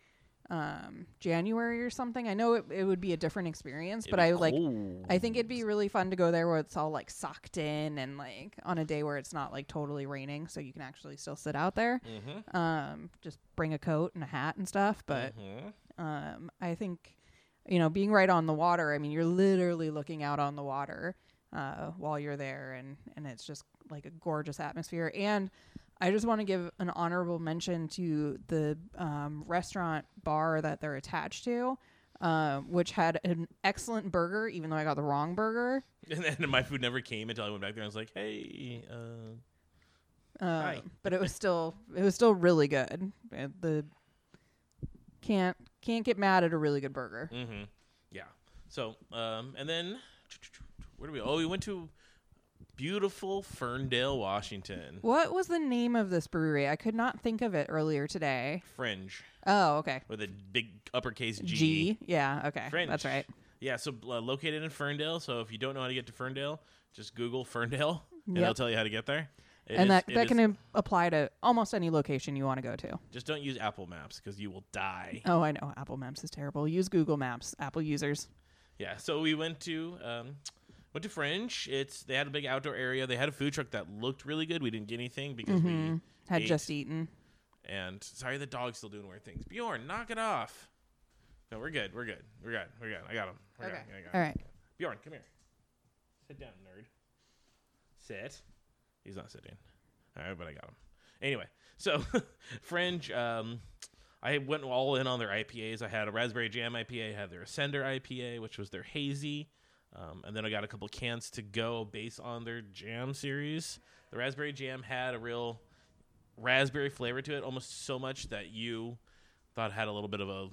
Speaker 2: um, January or something. I know it, it would be a different experience,
Speaker 1: It'd
Speaker 2: but
Speaker 1: be
Speaker 2: I like.
Speaker 1: cold.
Speaker 2: I think it'd be really fun to go there where it's all like socked in and like on a day where it's not like totally raining, so you can actually still sit out there.
Speaker 1: Mhm,
Speaker 2: Um, just bring a coat and a hat and stuff. But
Speaker 1: mhm.
Speaker 2: um, I think, you know, being right on the water, I mean, you're literally looking out on the water uh, while you're there, and, and it's just like a gorgeous atmosphere. And I just want to give an honorable mention to the um, restaurant bar that they're attached to. Um, which had an excellent burger, even though I got the wrong burger.
Speaker 1: [laughs] And then my food never came until I went back there. I was like, hey, uh, Hi.
Speaker 2: Um, but it was still it was still really good. Uh, The can't can't get mad at a really good burger.
Speaker 1: Mm-hmm. Yeah. So, um, and then where do we? Oh, we went to beautiful Ferndale, Washington.
Speaker 2: What was the name of this brewery? I could not think of it earlier today.
Speaker 1: Fringe
Speaker 2: Oh, okay.
Speaker 1: with a big uppercase G.
Speaker 2: Yeah, okay.
Speaker 1: Fringe.
Speaker 2: That's right.
Speaker 1: Yeah. So uh, located in Ferndale. So if you don't know how to get to Ferndale, just Google Ferndale, and
Speaker 2: Yep.
Speaker 1: it'll tell you how to get there. It
Speaker 2: and
Speaker 1: is-
Speaker 2: that
Speaker 1: it
Speaker 2: that
Speaker 1: is-
Speaker 2: can im- apply to almost any location you want to go to.
Speaker 1: just don't use Apple Maps because you will die.
Speaker 2: Oh, I know. Apple Maps is terrible. Use Google Maps, Apple users.
Speaker 1: Yeah, so we went to um, went to Fringe. It's they had a big outdoor area. They had a food truck that looked really good. We didn't get anything because we
Speaker 2: Had
Speaker 1: Eight.
Speaker 2: just eaten.
Speaker 1: and sorry the dog's still doing weird things. Bjorn, knock it off. No, we're good. We're good. We're good. We're good. I got him. We're
Speaker 2: Okay.
Speaker 1: Good. I got him.
Speaker 2: All right.
Speaker 1: Bjorn, come here. Sit down, nerd. Sit. He's not sitting. All right, but I got him. Anyway, so [laughs] Fringe, um, I went all in on their IPAs. I had a raspberry jam IPA, I had their Ascender IPA, which was their hazy. Um, and then I got a couple cans to go based on their jam series. The raspberry jam had a real raspberry flavor to it, almost so much that you thought it had a little bit of a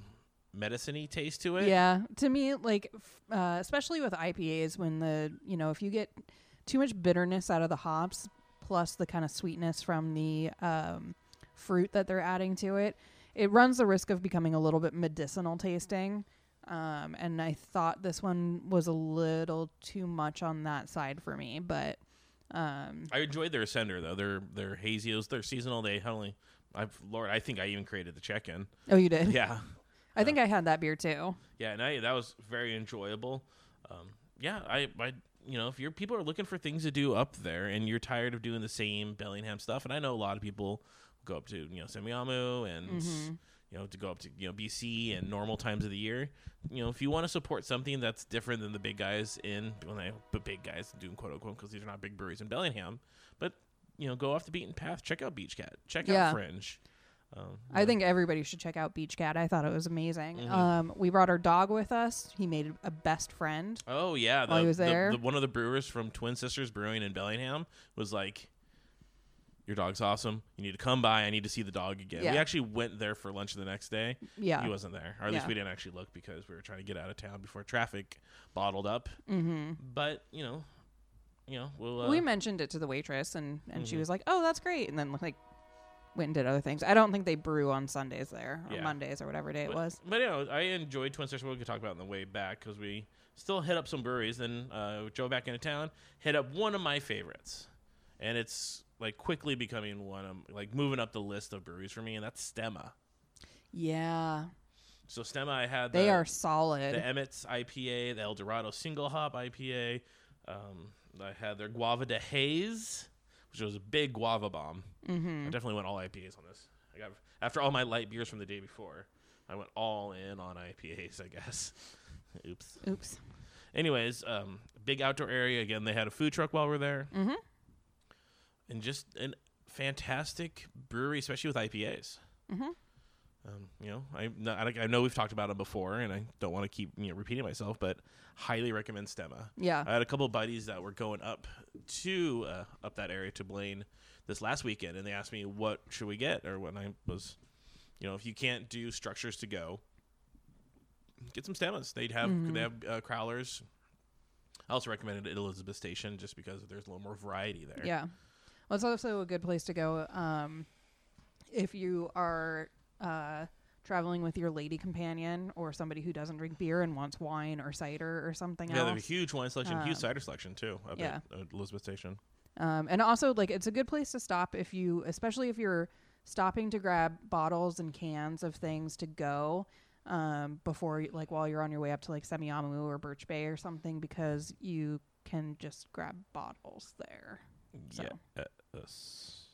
Speaker 1: medicine-y taste to it.
Speaker 2: Yeah, to me, like f- uh, especially with IPAs, when the you know if you get too much bitterness out of the hops, plus the kind of sweetness from the um, fruit that they're adding to it, it runs the risk of becoming a little bit medicinal tasting. Um, and I thought this one was a little too much on that side for me, but um,
Speaker 1: I enjoyed their Ascender though. Their their hazy, it was their seasonal. They had only, I've Lord, I think I even created the check in.
Speaker 2: oh, you did.
Speaker 1: Yeah,
Speaker 2: I think I had that beer too.
Speaker 1: yeah, and I that was very enjoyable. Um, yeah, I, I, you know, if your people are looking for things to do up there and you're tired of doing the same Bellingham stuff, and I know a lot of people go up to you know Semiamu and.
Speaker 2: Mhm.
Speaker 1: You know, to go up to you know BC and normal times of the year. You know, if you want to support something that's different than the big guys in when I put big guys doing quote unquote because these are not big breweries in Bellingham, but you know, go off the beaten path. Check out Beach Cat. Check
Speaker 2: Yeah.
Speaker 1: out Fringe. Um,
Speaker 2: I think everybody should check out Beach Cat. I thought it was amazing.
Speaker 1: Mhm.
Speaker 2: Um, we brought our dog with us. He made a best friend.
Speaker 1: Oh yeah, the,
Speaker 2: While he was
Speaker 1: the-
Speaker 2: there.
Speaker 1: the- one of the brewers from Twin Sisters Brewing in Bellingham was like, "Your dog's awesome. You need to come by. I need to see the dog again."
Speaker 2: Yeah.
Speaker 1: We actually went there for lunch the next day.
Speaker 2: Yeah.
Speaker 1: He wasn't there, or at least
Speaker 2: Yeah.
Speaker 1: we didn't actually look because we were trying to get out of town before traffic bottled up.
Speaker 2: Mm-hmm.
Speaker 1: But you know, you know, we'll uh,
Speaker 2: we mentioned it to the waitress, and, and she
Speaker 1: Mhm.
Speaker 2: was like, "Oh, that's great," and then like went and did other things. I don't think they brew on Sundays there or
Speaker 1: Yeah.
Speaker 2: Mondays or whatever day it
Speaker 1: but,
Speaker 2: was.
Speaker 1: But you know, I enjoyed Twin Sisters. We could talk about it on the way back because we still hit up some breweries. Then uh, drove back into town, hit up one of my favorites, and it's like quickly becoming one of like moving up the list of breweries for me, and that's Stemma.
Speaker 2: Yeah,
Speaker 1: So Stemma, I had the,
Speaker 2: they are solid.
Speaker 1: the Emmett's IPA, the El Dorado Single Hop IPA. Um, I had their Guava de Haze, which was a big guava bomb.
Speaker 2: mm-hmm.
Speaker 1: I definitely went all IPAs on this. I got after all my light beers from the day before, I went all in on IPAs. I guess. [laughs] Oops.
Speaker 2: Oops.
Speaker 1: Anyways, um, big outdoor area again. They had a food truck while we are there,
Speaker 2: Mhm.
Speaker 1: and just an fantastic brewery, especially with IPAs.
Speaker 2: Mhm.
Speaker 1: Um, you know, I, no- I I know we've talked about them before, and I don't want to keep you know repeating myself, but highly recommend Stemma.
Speaker 2: Yeah.
Speaker 1: I had a couple of buddies that were going up to uh, up that area to Blaine this last weekend, and they asked me what should we get, or when I was, you know, if you can't do structures to go, get some stammas. They'd have
Speaker 2: Mhm.
Speaker 1: they have uh, crowlers. I also recommended Elizabeth Station just because there's a little more variety there.
Speaker 2: Yeah. Well, it's also a good place to go um, if you are uh, traveling with your lady companion or somebody who doesn't drink beer and wants wine or cider or something
Speaker 1: Yeah, they have a
Speaker 2: else.
Speaker 1: huge wine selection, huge
Speaker 2: Um,
Speaker 1: cider selection too. Up
Speaker 2: yeah.
Speaker 1: at uh, Elizabeth Station.
Speaker 2: Um, and also, like, it's a good place to stop if you, especially if you're stopping to grab bottles and cans of things to go um, before, like, while you're on your way up to like Semiahmoo or Birch Bay or something, because you can just grab bottles there. So.
Speaker 1: Yeah. uh, us.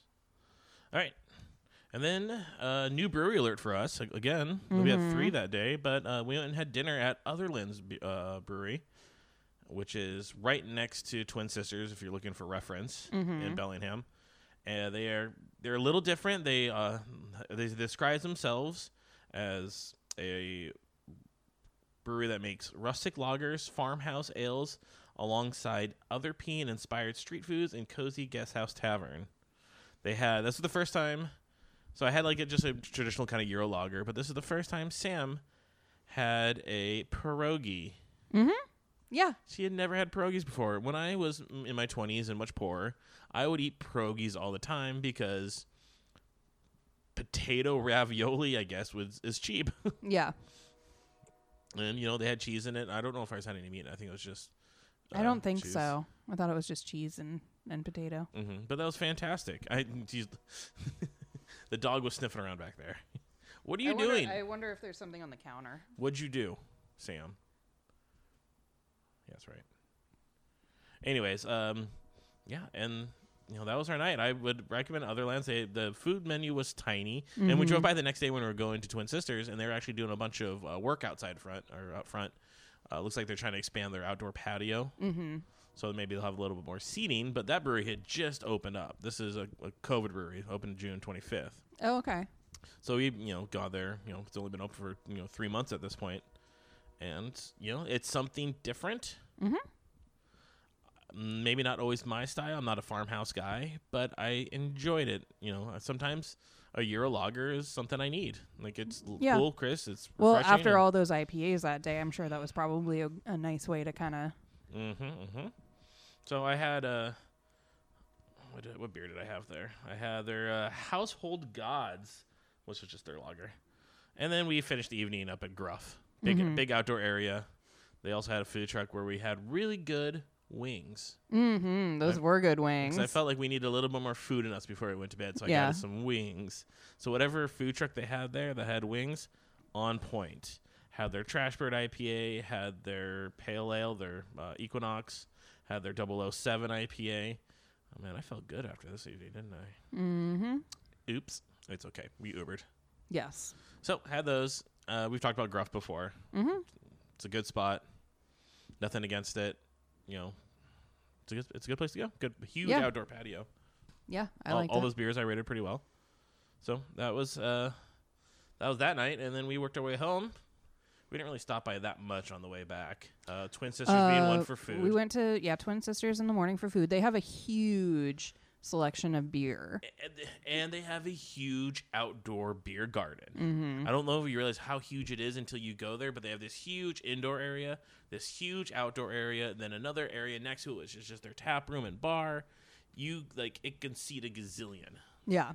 Speaker 1: All right. And then uh, new brewery alert for us ag- again. We had three that day, but uh, we went and had dinner at Otherlands B- uh, Brewery, which is right next to Twin Sisters. If you're looking for reference in Bellingham, and they are they're a little different. They uh, they describe themselves as a brewery that makes rustic lagers, farmhouse ales, alongside other peon inspired street foods and cozy guest house tavern. They had this is the first time so I had like a, just a traditional kind of Euro lager, but this is the first time Sam had a pierogi.
Speaker 2: Yeah.
Speaker 1: She had never had pierogies before. When I was m- in my 20s and much poorer, I would eat pierogies all the time because potato ravioli, I guess, was is cheap. [laughs]
Speaker 2: Yeah.
Speaker 1: and you know, they had cheese in it. I don't know if I was had any meat. I think it was just
Speaker 2: I
Speaker 1: uh,
Speaker 2: don't think
Speaker 1: cheese.
Speaker 2: so. I thought it was just cheese and, and potato.
Speaker 1: hmm But that was fantastic. I [laughs] geez, the dog was sniffing around back there. [laughs] What are you doing?
Speaker 2: I wonder if there's something on the counter.
Speaker 1: What'd you do, Sam? Yeah, that's right. Anyways, um, yeah, and you know that was our night. I would recommend other lands. They, the food menu was tiny, and we drove by the next day when we were going to Twin Sisters, and they were actually doing a bunch of uh, work outside front or out front. Uh, looks like they're trying to expand their outdoor patio, mm-hmm. so maybe they'll have a little bit more seating. But that brewery had just opened up. This is a, a COVID brewery, opened June twenty fifth.
Speaker 2: Oh, okay.
Speaker 1: So we, you know, got there. You know, it's only been open for you know three months at this point, and you know, it's something different. Mm-hmm. Maybe not always my style. I'm not a farmhouse guy, but I enjoyed it. You know, uh, sometimes a Euro lager is something I need. Like it's l-
Speaker 2: Yeah.
Speaker 1: cool, Chris. It's
Speaker 2: Well,
Speaker 1: refreshing
Speaker 2: after
Speaker 1: and-
Speaker 2: all those IPAs that day, I'm sure that was probably a, a nice way to kind of.
Speaker 1: Mm-hmm, mm-hmm. So I had uh, what, did- what beer did I have there? I had their uh, Household Gods, which was just their lager, and then we finished the evening up at Gruff, big big outdoor area. They also had a food truck where we had really good wings.
Speaker 2: Mm-hmm. Those were good wings.
Speaker 1: 'Cause I felt like we needed a little bit more food in us before we went to bed, so I
Speaker 2: Yeah.
Speaker 1: got us some wings. So whatever food truck they had there that had wings, on point. Had their Trash Bird IPA, had their Pale Ale, their uh, Equinox, had their 007 IPA. Oh man, I felt good after this evening, didn't I?
Speaker 2: mm-hmm.
Speaker 1: Oops, it's okay. We Ubered.
Speaker 2: Yes.
Speaker 1: So had those. Uh, we've talked about Gruff before.
Speaker 2: Mhm.
Speaker 1: It's a good spot. Nothing against it. You know, it's a good, it's a good place to go. Good huge
Speaker 2: Yeah.
Speaker 1: outdoor patio
Speaker 2: Yeah, I
Speaker 1: all,
Speaker 2: like
Speaker 1: all
Speaker 2: that.
Speaker 1: those beers I rated pretty well. So that was uh, that was that night, and then we worked our way home. We didn't really stop by that much on the way back. Uh, Twin Sisters being one
Speaker 2: Uh,
Speaker 1: for food.
Speaker 2: We went to yeah Twin Sisters in the morning for food. They have a huge selection of beer.
Speaker 1: and, and they have a huge outdoor beer garden.
Speaker 2: Mm-hmm.
Speaker 1: I don't know if you realize how huge it is until you go there, but they have this huge indoor area, this huge outdoor area, and then another area next to it, which is just their tap room and bar. You like it can seat a gazillion.
Speaker 2: Yeah.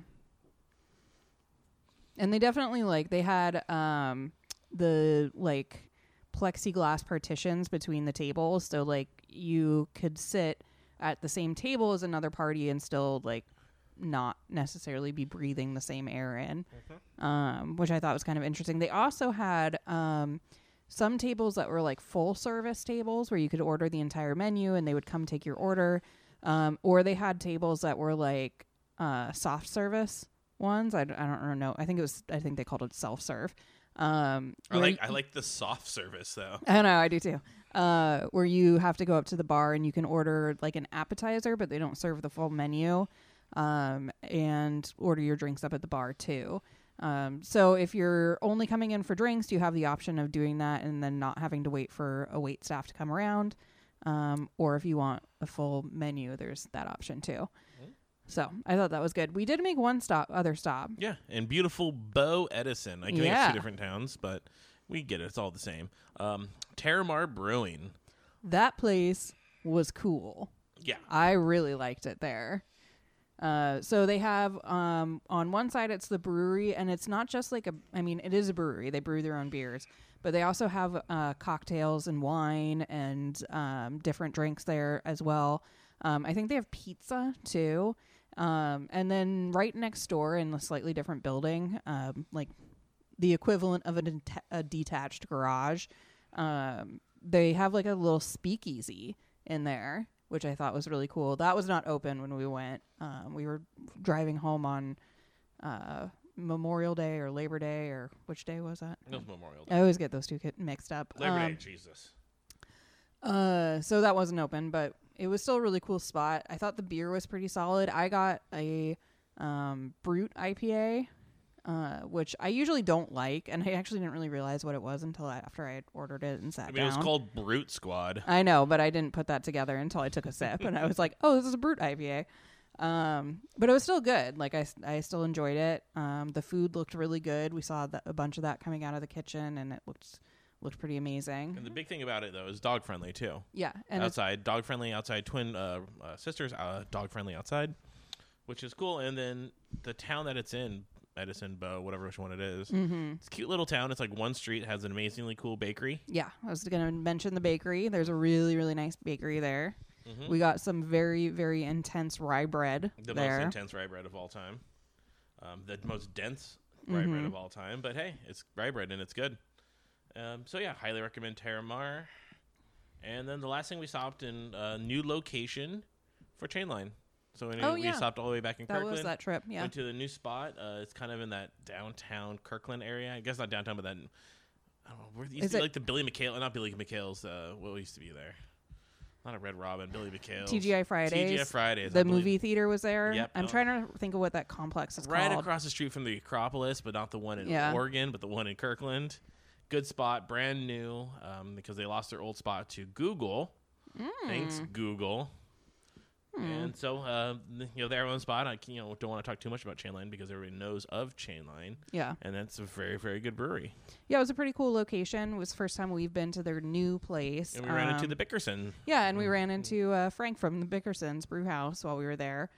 Speaker 2: And they definitely like they had um the like plexiglass partitions between the tables so like you could sit at the same table as another party and still like not necessarily be breathing the same air in.
Speaker 1: Mm-hmm.
Speaker 2: Um which I thought was kind of interesting. They also had um some tables that were like full service tables where you could order the entire menu and they would come take your order. Um, or they had tables that were like uh, soft service ones. I, d- I don't know. I think it was, I think they called it self serve. Um,
Speaker 1: I
Speaker 2: where
Speaker 1: like
Speaker 2: y-
Speaker 1: I like the soft service though.
Speaker 2: I know, I do too. Uh, where you have to go up to the bar and you can order like an appetizer, but they don't serve the full menu, um, and order your drinks up at the bar too. Um, so if you're only coming in for drinks, you have the option of doing that and then not having to wait for a wait staff to come around. Um, or if you want a full menu, there's that option too. So I thought that was good. We did make one stop, other stop.
Speaker 1: Yeah, and beautiful Bo Edison. I think it's
Speaker 2: Yeah.
Speaker 1: two different towns, but we get it. It's all the same. Um, Terramar Brewing.
Speaker 2: That place was cool.
Speaker 1: Yeah.
Speaker 2: I really liked it there. Uh, so they have um, on one side it's the brewery, and it's not just like a. I mean, it is a brewery. They brew their own beers, but they also have uh, cocktails and wine and um, different drinks there as well. Um, I think they have pizza too, Um, and then right next door in a slightly different building, um, like the equivalent of a, deta- a detached garage, um, they have like a little speakeasy in there, which I thought was really cool. That was not open when we went. Um, we were driving home on uh, Memorial Day or Labor Day or which day was that?
Speaker 1: It was Memorial Day.
Speaker 2: I always get those two ki- mixed up.
Speaker 1: Labor
Speaker 2: Mm. Uh, Um,
Speaker 1: Day, Jesus.
Speaker 2: uh, so that wasn't open, but it was still a really cool spot. I thought the beer was pretty solid. I got a um, Brute IPA, uh, which I usually don't like, and [laughs] I actually didn't really realize what it was until I, after I had ordered it and sat
Speaker 1: I mean, it was
Speaker 2: down.
Speaker 1: called Brute Squad.
Speaker 2: I know, but I didn't put that together until I took a sip, and I was like, "Oh, this is a Brute IPA." Um, but it was still good. Like I, s- I still enjoyed it. Um, the food looked really good. We saw th- a bunch of that coming out of the kitchen, and it looked looked pretty amazing.
Speaker 1: And the big thing about it though is dog friendly too.
Speaker 2: yeah, Mm-hmm. and it's
Speaker 1: outside dog friendly outside twin uh, uh, sisters uh, dog friendly outside, which is cool. And then the town that it's in, Edison Bow, whatever which one it is,
Speaker 2: hmm
Speaker 1: it's a cute little town. It's like one street has an amazingly cool bakery.
Speaker 2: Yeah, I was going to mention the bakery. There's a really, really nice bakery there.
Speaker 1: Mhm.
Speaker 2: We got some very, very intense rye bread
Speaker 1: the
Speaker 2: there.
Speaker 1: most intense rye bread of all time, um, the most dense rye
Speaker 2: Mm-hmm.
Speaker 1: bread of all time. But hey, it's rye bread and it's good. Um, so yeah, highly recommend Terramar. And then the last thing we stopped in a new location for Chainline. So we,
Speaker 2: Oh,
Speaker 1: we
Speaker 2: yeah.
Speaker 1: stopped all the way back in
Speaker 2: that
Speaker 1: Kirkland.
Speaker 2: was that trip. Yeah.
Speaker 1: Went to the new spot. Uh, it's kind of in that downtown Kirkland area. I guess not downtown, but then I don't know. Where, it used
Speaker 2: Is
Speaker 1: to
Speaker 2: it-
Speaker 1: be like the Billy McHale, not Billy McHale's. Uh, what used to be there? Not a Red Robin. Billy McHale's.
Speaker 2: TGI Fridays.
Speaker 1: TGI Fridays. I
Speaker 2: The
Speaker 1: believe.
Speaker 2: movie theater was there.
Speaker 1: Yep.
Speaker 2: I'm
Speaker 1: Oh.
Speaker 2: trying to think of what that complex is
Speaker 1: right
Speaker 2: called.
Speaker 1: across the street from the Acropolis, but not the one in
Speaker 2: Yeah.
Speaker 1: Oregon, but the one in Kirkland. Good spot, brand new, um, because they lost their old spot to Google. Thanks,
Speaker 2: Mm.
Speaker 1: Google.
Speaker 2: Hmm.
Speaker 1: And so, uh, th- you know, their own spot. I you know don't want to talk too much about Chainline because everybody knows of Chainline,
Speaker 2: Yeah.
Speaker 1: and that's a very very good brewery.
Speaker 2: Yeah, it was a pretty cool location. It was the first time we've been to their new place.
Speaker 1: And we ran into
Speaker 2: Um,
Speaker 1: the Mm-hmm. Bickerson.
Speaker 2: Yeah, and we ran into uh, Frank from the Bickersons Brew House while we were there.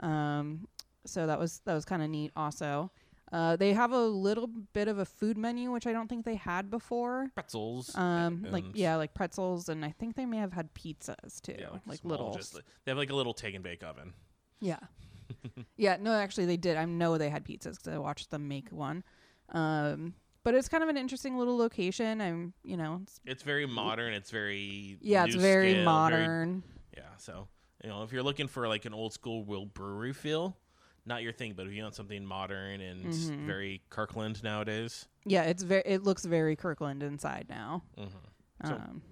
Speaker 2: Um, so that was that was kind of neat. Also, uh, they have a little bit of a food menu, which I don't think they had before.
Speaker 1: pretzels.
Speaker 2: Um, like
Speaker 1: and-
Speaker 2: yeah, like pretzels, and I think they may have had pizzas too,
Speaker 1: yeah,
Speaker 2: like,
Speaker 1: small,
Speaker 2: little.
Speaker 1: just- they have like a little take and bake oven.
Speaker 2: Yeah, [laughs] yeah. No, actually, they did. I know they had pizzas because I watched them make one. Um, but it's kind of an interesting little location. I'm, you know, it's,
Speaker 1: It's very modern. It's very
Speaker 2: yeah, it's
Speaker 1: new
Speaker 2: very
Speaker 1: scale,
Speaker 2: modern.
Speaker 1: Yeah, so you know, if you're looking for like an old school real brewery feel, not your thing, but if you want something modern and s-
Speaker 2: Mhm.
Speaker 1: very Kirkland nowadays,
Speaker 2: yeah, it's very. It looks very Kirkland inside now.
Speaker 1: mm-hmm. So-
Speaker 2: Um,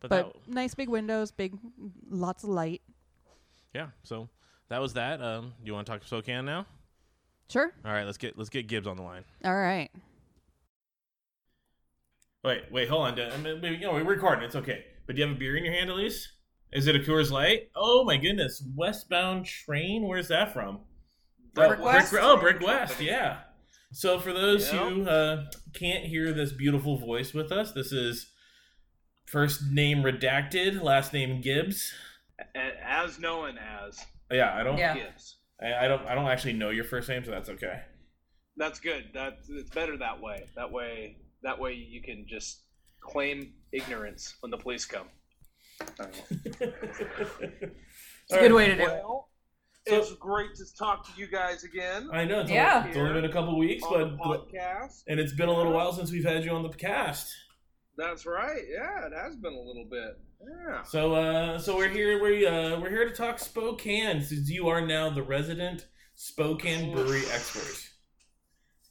Speaker 1: but,
Speaker 2: but
Speaker 1: that,
Speaker 2: nice big windows, big, lots of light.
Speaker 1: yeah, so that was that. Um, you want to talk Spokane now?
Speaker 2: Sure.
Speaker 1: All right, let's get let's get Gibbs on the line.
Speaker 2: All right.
Speaker 1: Wait, wait, hold on. I mean, you know, we're recording. It's okay. But do you have a beer in your hand at least? Is it a Coors Light? Oh my goodness, Westbound Train. Where's that from?
Speaker 2: Brick West?
Speaker 1: oh, Brick West. Yeah. So for those who uh, can't hear this beautiful voice with us, this is first name redacted, last name Gibbs.
Speaker 3: A- as known as
Speaker 1: Yeah, I don't.
Speaker 2: Yeah.
Speaker 3: Gibbs.
Speaker 1: I, I don't. I don't actually know your first name, so that's okay. [laughs]
Speaker 3: That's good. That's it's better that way. That way, that way you can just claim ignorance when the police come.
Speaker 1: All right.
Speaker 2: way to
Speaker 3: Well,
Speaker 1: So-
Speaker 3: it's great to talk to you guys again
Speaker 1: I know. It's yeah.
Speaker 2: Yeah.
Speaker 1: Only, it's only been a couple weeks,
Speaker 3: on the
Speaker 1: but
Speaker 3: podcast.
Speaker 1: and it's been a little while since we've had you on the cast.
Speaker 3: That's right. Yeah, it has been a little bit. Yeah.
Speaker 1: So, uh, so we're here. We uh, we're here to talk Spokane, since you are now the resident Spokane brewery expert.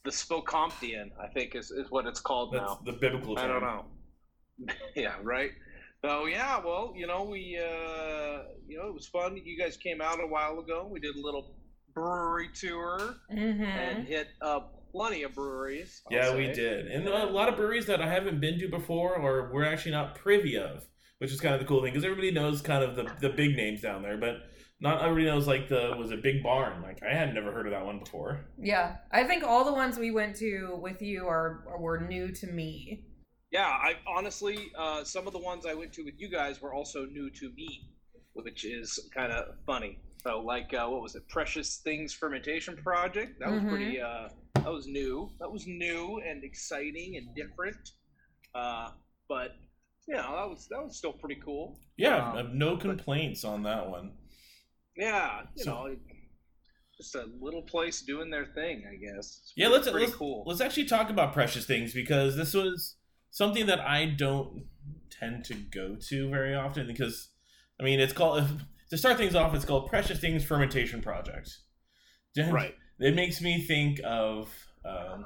Speaker 3: The Spokomptian, I think, is, is what it's called
Speaker 1: That's
Speaker 3: now.
Speaker 1: the biblical
Speaker 3: I
Speaker 1: term.
Speaker 3: don't know. [laughs] yeah, right. So yeah, well, you know, we uh, you know, it was fun. You guys came out a while ago. We did a little brewery tour and hit up plenty of breweries. I'll
Speaker 1: Yeah, we
Speaker 3: say.
Speaker 1: did, and a lot of breweries that I haven't been to before, or we're actually not privy of, which is kind of the cool thing because everybody knows kind of the the big names down there, but not everybody knows like the was a big barn. Like I had never heard of that one before.
Speaker 4: Yeah, I think all the ones we went to with you are were new to me.
Speaker 3: Yeah, I honestly, uh, some of the ones I went to with you guys were also new to me, which is kind of funny. So like, uh, what was it? Precious Things Fermentation Project. That was
Speaker 4: Mhm.
Speaker 3: pretty. Uh, that was new. That was new and exciting and different. Uh, but you know, that was that was still pretty cool.
Speaker 1: Yeah,
Speaker 3: Um,
Speaker 1: no complaints on that one.
Speaker 3: Yeah, you
Speaker 1: So-
Speaker 3: know, it, just a little place doing their thing, I guess. It's
Speaker 1: Yeah,
Speaker 3: pretty-
Speaker 1: let's
Speaker 3: pretty
Speaker 1: let's,
Speaker 3: cool.
Speaker 1: let's actually talk about precious things because this was something that I don't tend to go to very often because I mean it's called [laughs] to start things off it's called Precious Things Fermentation Project. Jen-
Speaker 3: right.
Speaker 1: It makes me think of um,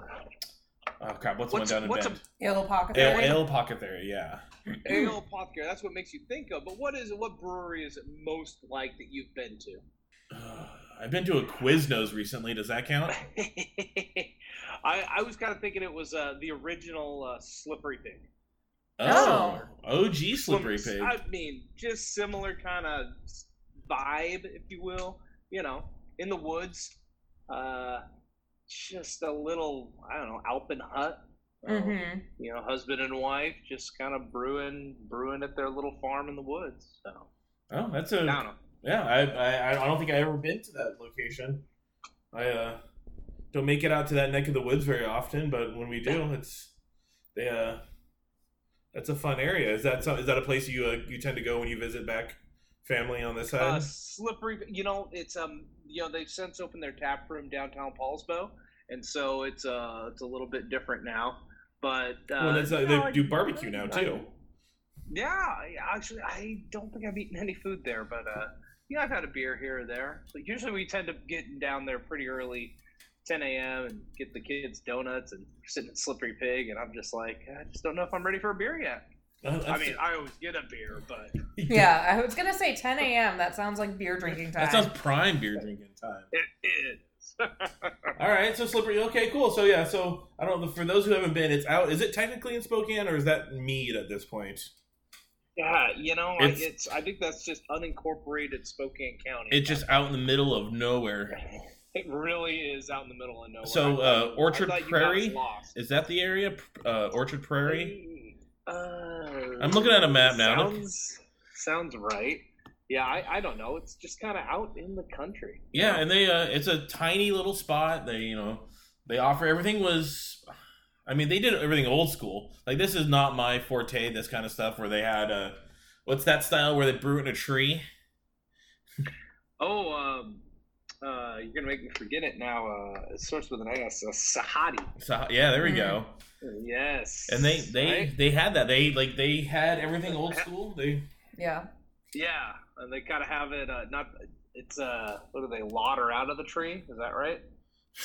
Speaker 1: oh crap, what's,
Speaker 3: What's-
Speaker 1: one down in
Speaker 3: what's a-
Speaker 1: Bend?
Speaker 4: Ale Apothecary.
Speaker 1: ale, ale Pocket Theory, yeah.
Speaker 3: Ale Apothecary, that's what makes you think of. But what is what brewery is it most like that you've been to?
Speaker 1: Uh, I've been to a Quiznos recently. Does that count?
Speaker 3: [laughs] I, I was kind of thinking it was uh, the original uh, Slippery Pig.
Speaker 1: Oh,
Speaker 4: Oh.
Speaker 1: OG Slippery
Speaker 3: Slim-
Speaker 1: Pig.
Speaker 3: I mean, just similar kind of vibe, if you will. You know, in the woods, uh, just a little I don't know Alpen hut. uh,
Speaker 4: Mm-hmm.
Speaker 3: You know, husband and wife just kind of brewing, brewing at their little farm in the woods. So
Speaker 1: Oh, that's
Speaker 3: I
Speaker 1: a
Speaker 3: don't know.
Speaker 1: Yeah, I, I I don't think I ever been to that location. I uh, don't make it out to that neck of the woods very often, but when we do, it's they uh, that's a fun area. Is that some, is that a place you uh, you tend to go when you visit back family on this
Speaker 3: Uh,
Speaker 1: side?
Speaker 3: slippery. You know, it's um. You know, they've since opened their tap room downtown Paulsbo, and so it's uh, it's a little bit different now. But uh,
Speaker 1: well, that's, uh,
Speaker 3: you know,
Speaker 1: they
Speaker 3: like-
Speaker 1: do barbecue now
Speaker 3: I-
Speaker 1: too.
Speaker 3: Yeah, I- actually, I don't think I've eaten any food there, but uh, yeah, I've had a beer here or there. But usually, we tend to get down there pretty early, 10 a.m., and get the kids donuts and sitting at Slippery Pig, and I'm just like, I just don't know if I'm ready for a beer yet.
Speaker 1: Uh,
Speaker 3: I
Speaker 1: that's- [laughs]
Speaker 3: mean, I always get a beer, but
Speaker 4: Yeah, I was gonna say 10 a.m. That sounds like beer drinking time.
Speaker 1: that sounds prime beer drinking time.
Speaker 3: it is.
Speaker 1: All right, so slippery. Okay, cool. So yeah, so I don't know for those who haven't been, it's out. Is it technically in Spokane or is that Mead at this point?
Speaker 3: yeah, you know,
Speaker 1: It's-
Speaker 3: I, it's I think that's just unincorporated Spokane County.
Speaker 1: It's just out in the middle of nowhere.
Speaker 3: [laughs] it really is out in the middle of nowhere.
Speaker 1: So,
Speaker 3: I thought-
Speaker 1: uh, Orchard
Speaker 3: I thought you
Speaker 1: Prairie?
Speaker 3: guys lost.
Speaker 1: Is that the area? Uh, Orchard Prairie?
Speaker 3: Uh,
Speaker 1: I'm looking at a map now. Look-
Speaker 3: Sounds sounds right. Yeah, I, I don't know. It's just kind of out in the country.
Speaker 1: Yeah, and they uh, it's a tiny little spot. They you know they offer everything was, I mean they did everything old school. Like this is not my forte. This kind of stuff where they had uh, what's that style where they brew it in a tree?
Speaker 3: Oh, um, uh, you're gonna make me forget it now. Uh, it starts with an S. A Sahadi.
Speaker 1: So yeah, there we go.
Speaker 3: Yes.
Speaker 1: And they they
Speaker 3: Right?
Speaker 1: they had that. They like they had everything old school. They
Speaker 4: yeah.
Speaker 3: yeah, and they kind of have it. Uh, not it's uh, what do they lauder out of the tree? Is that right?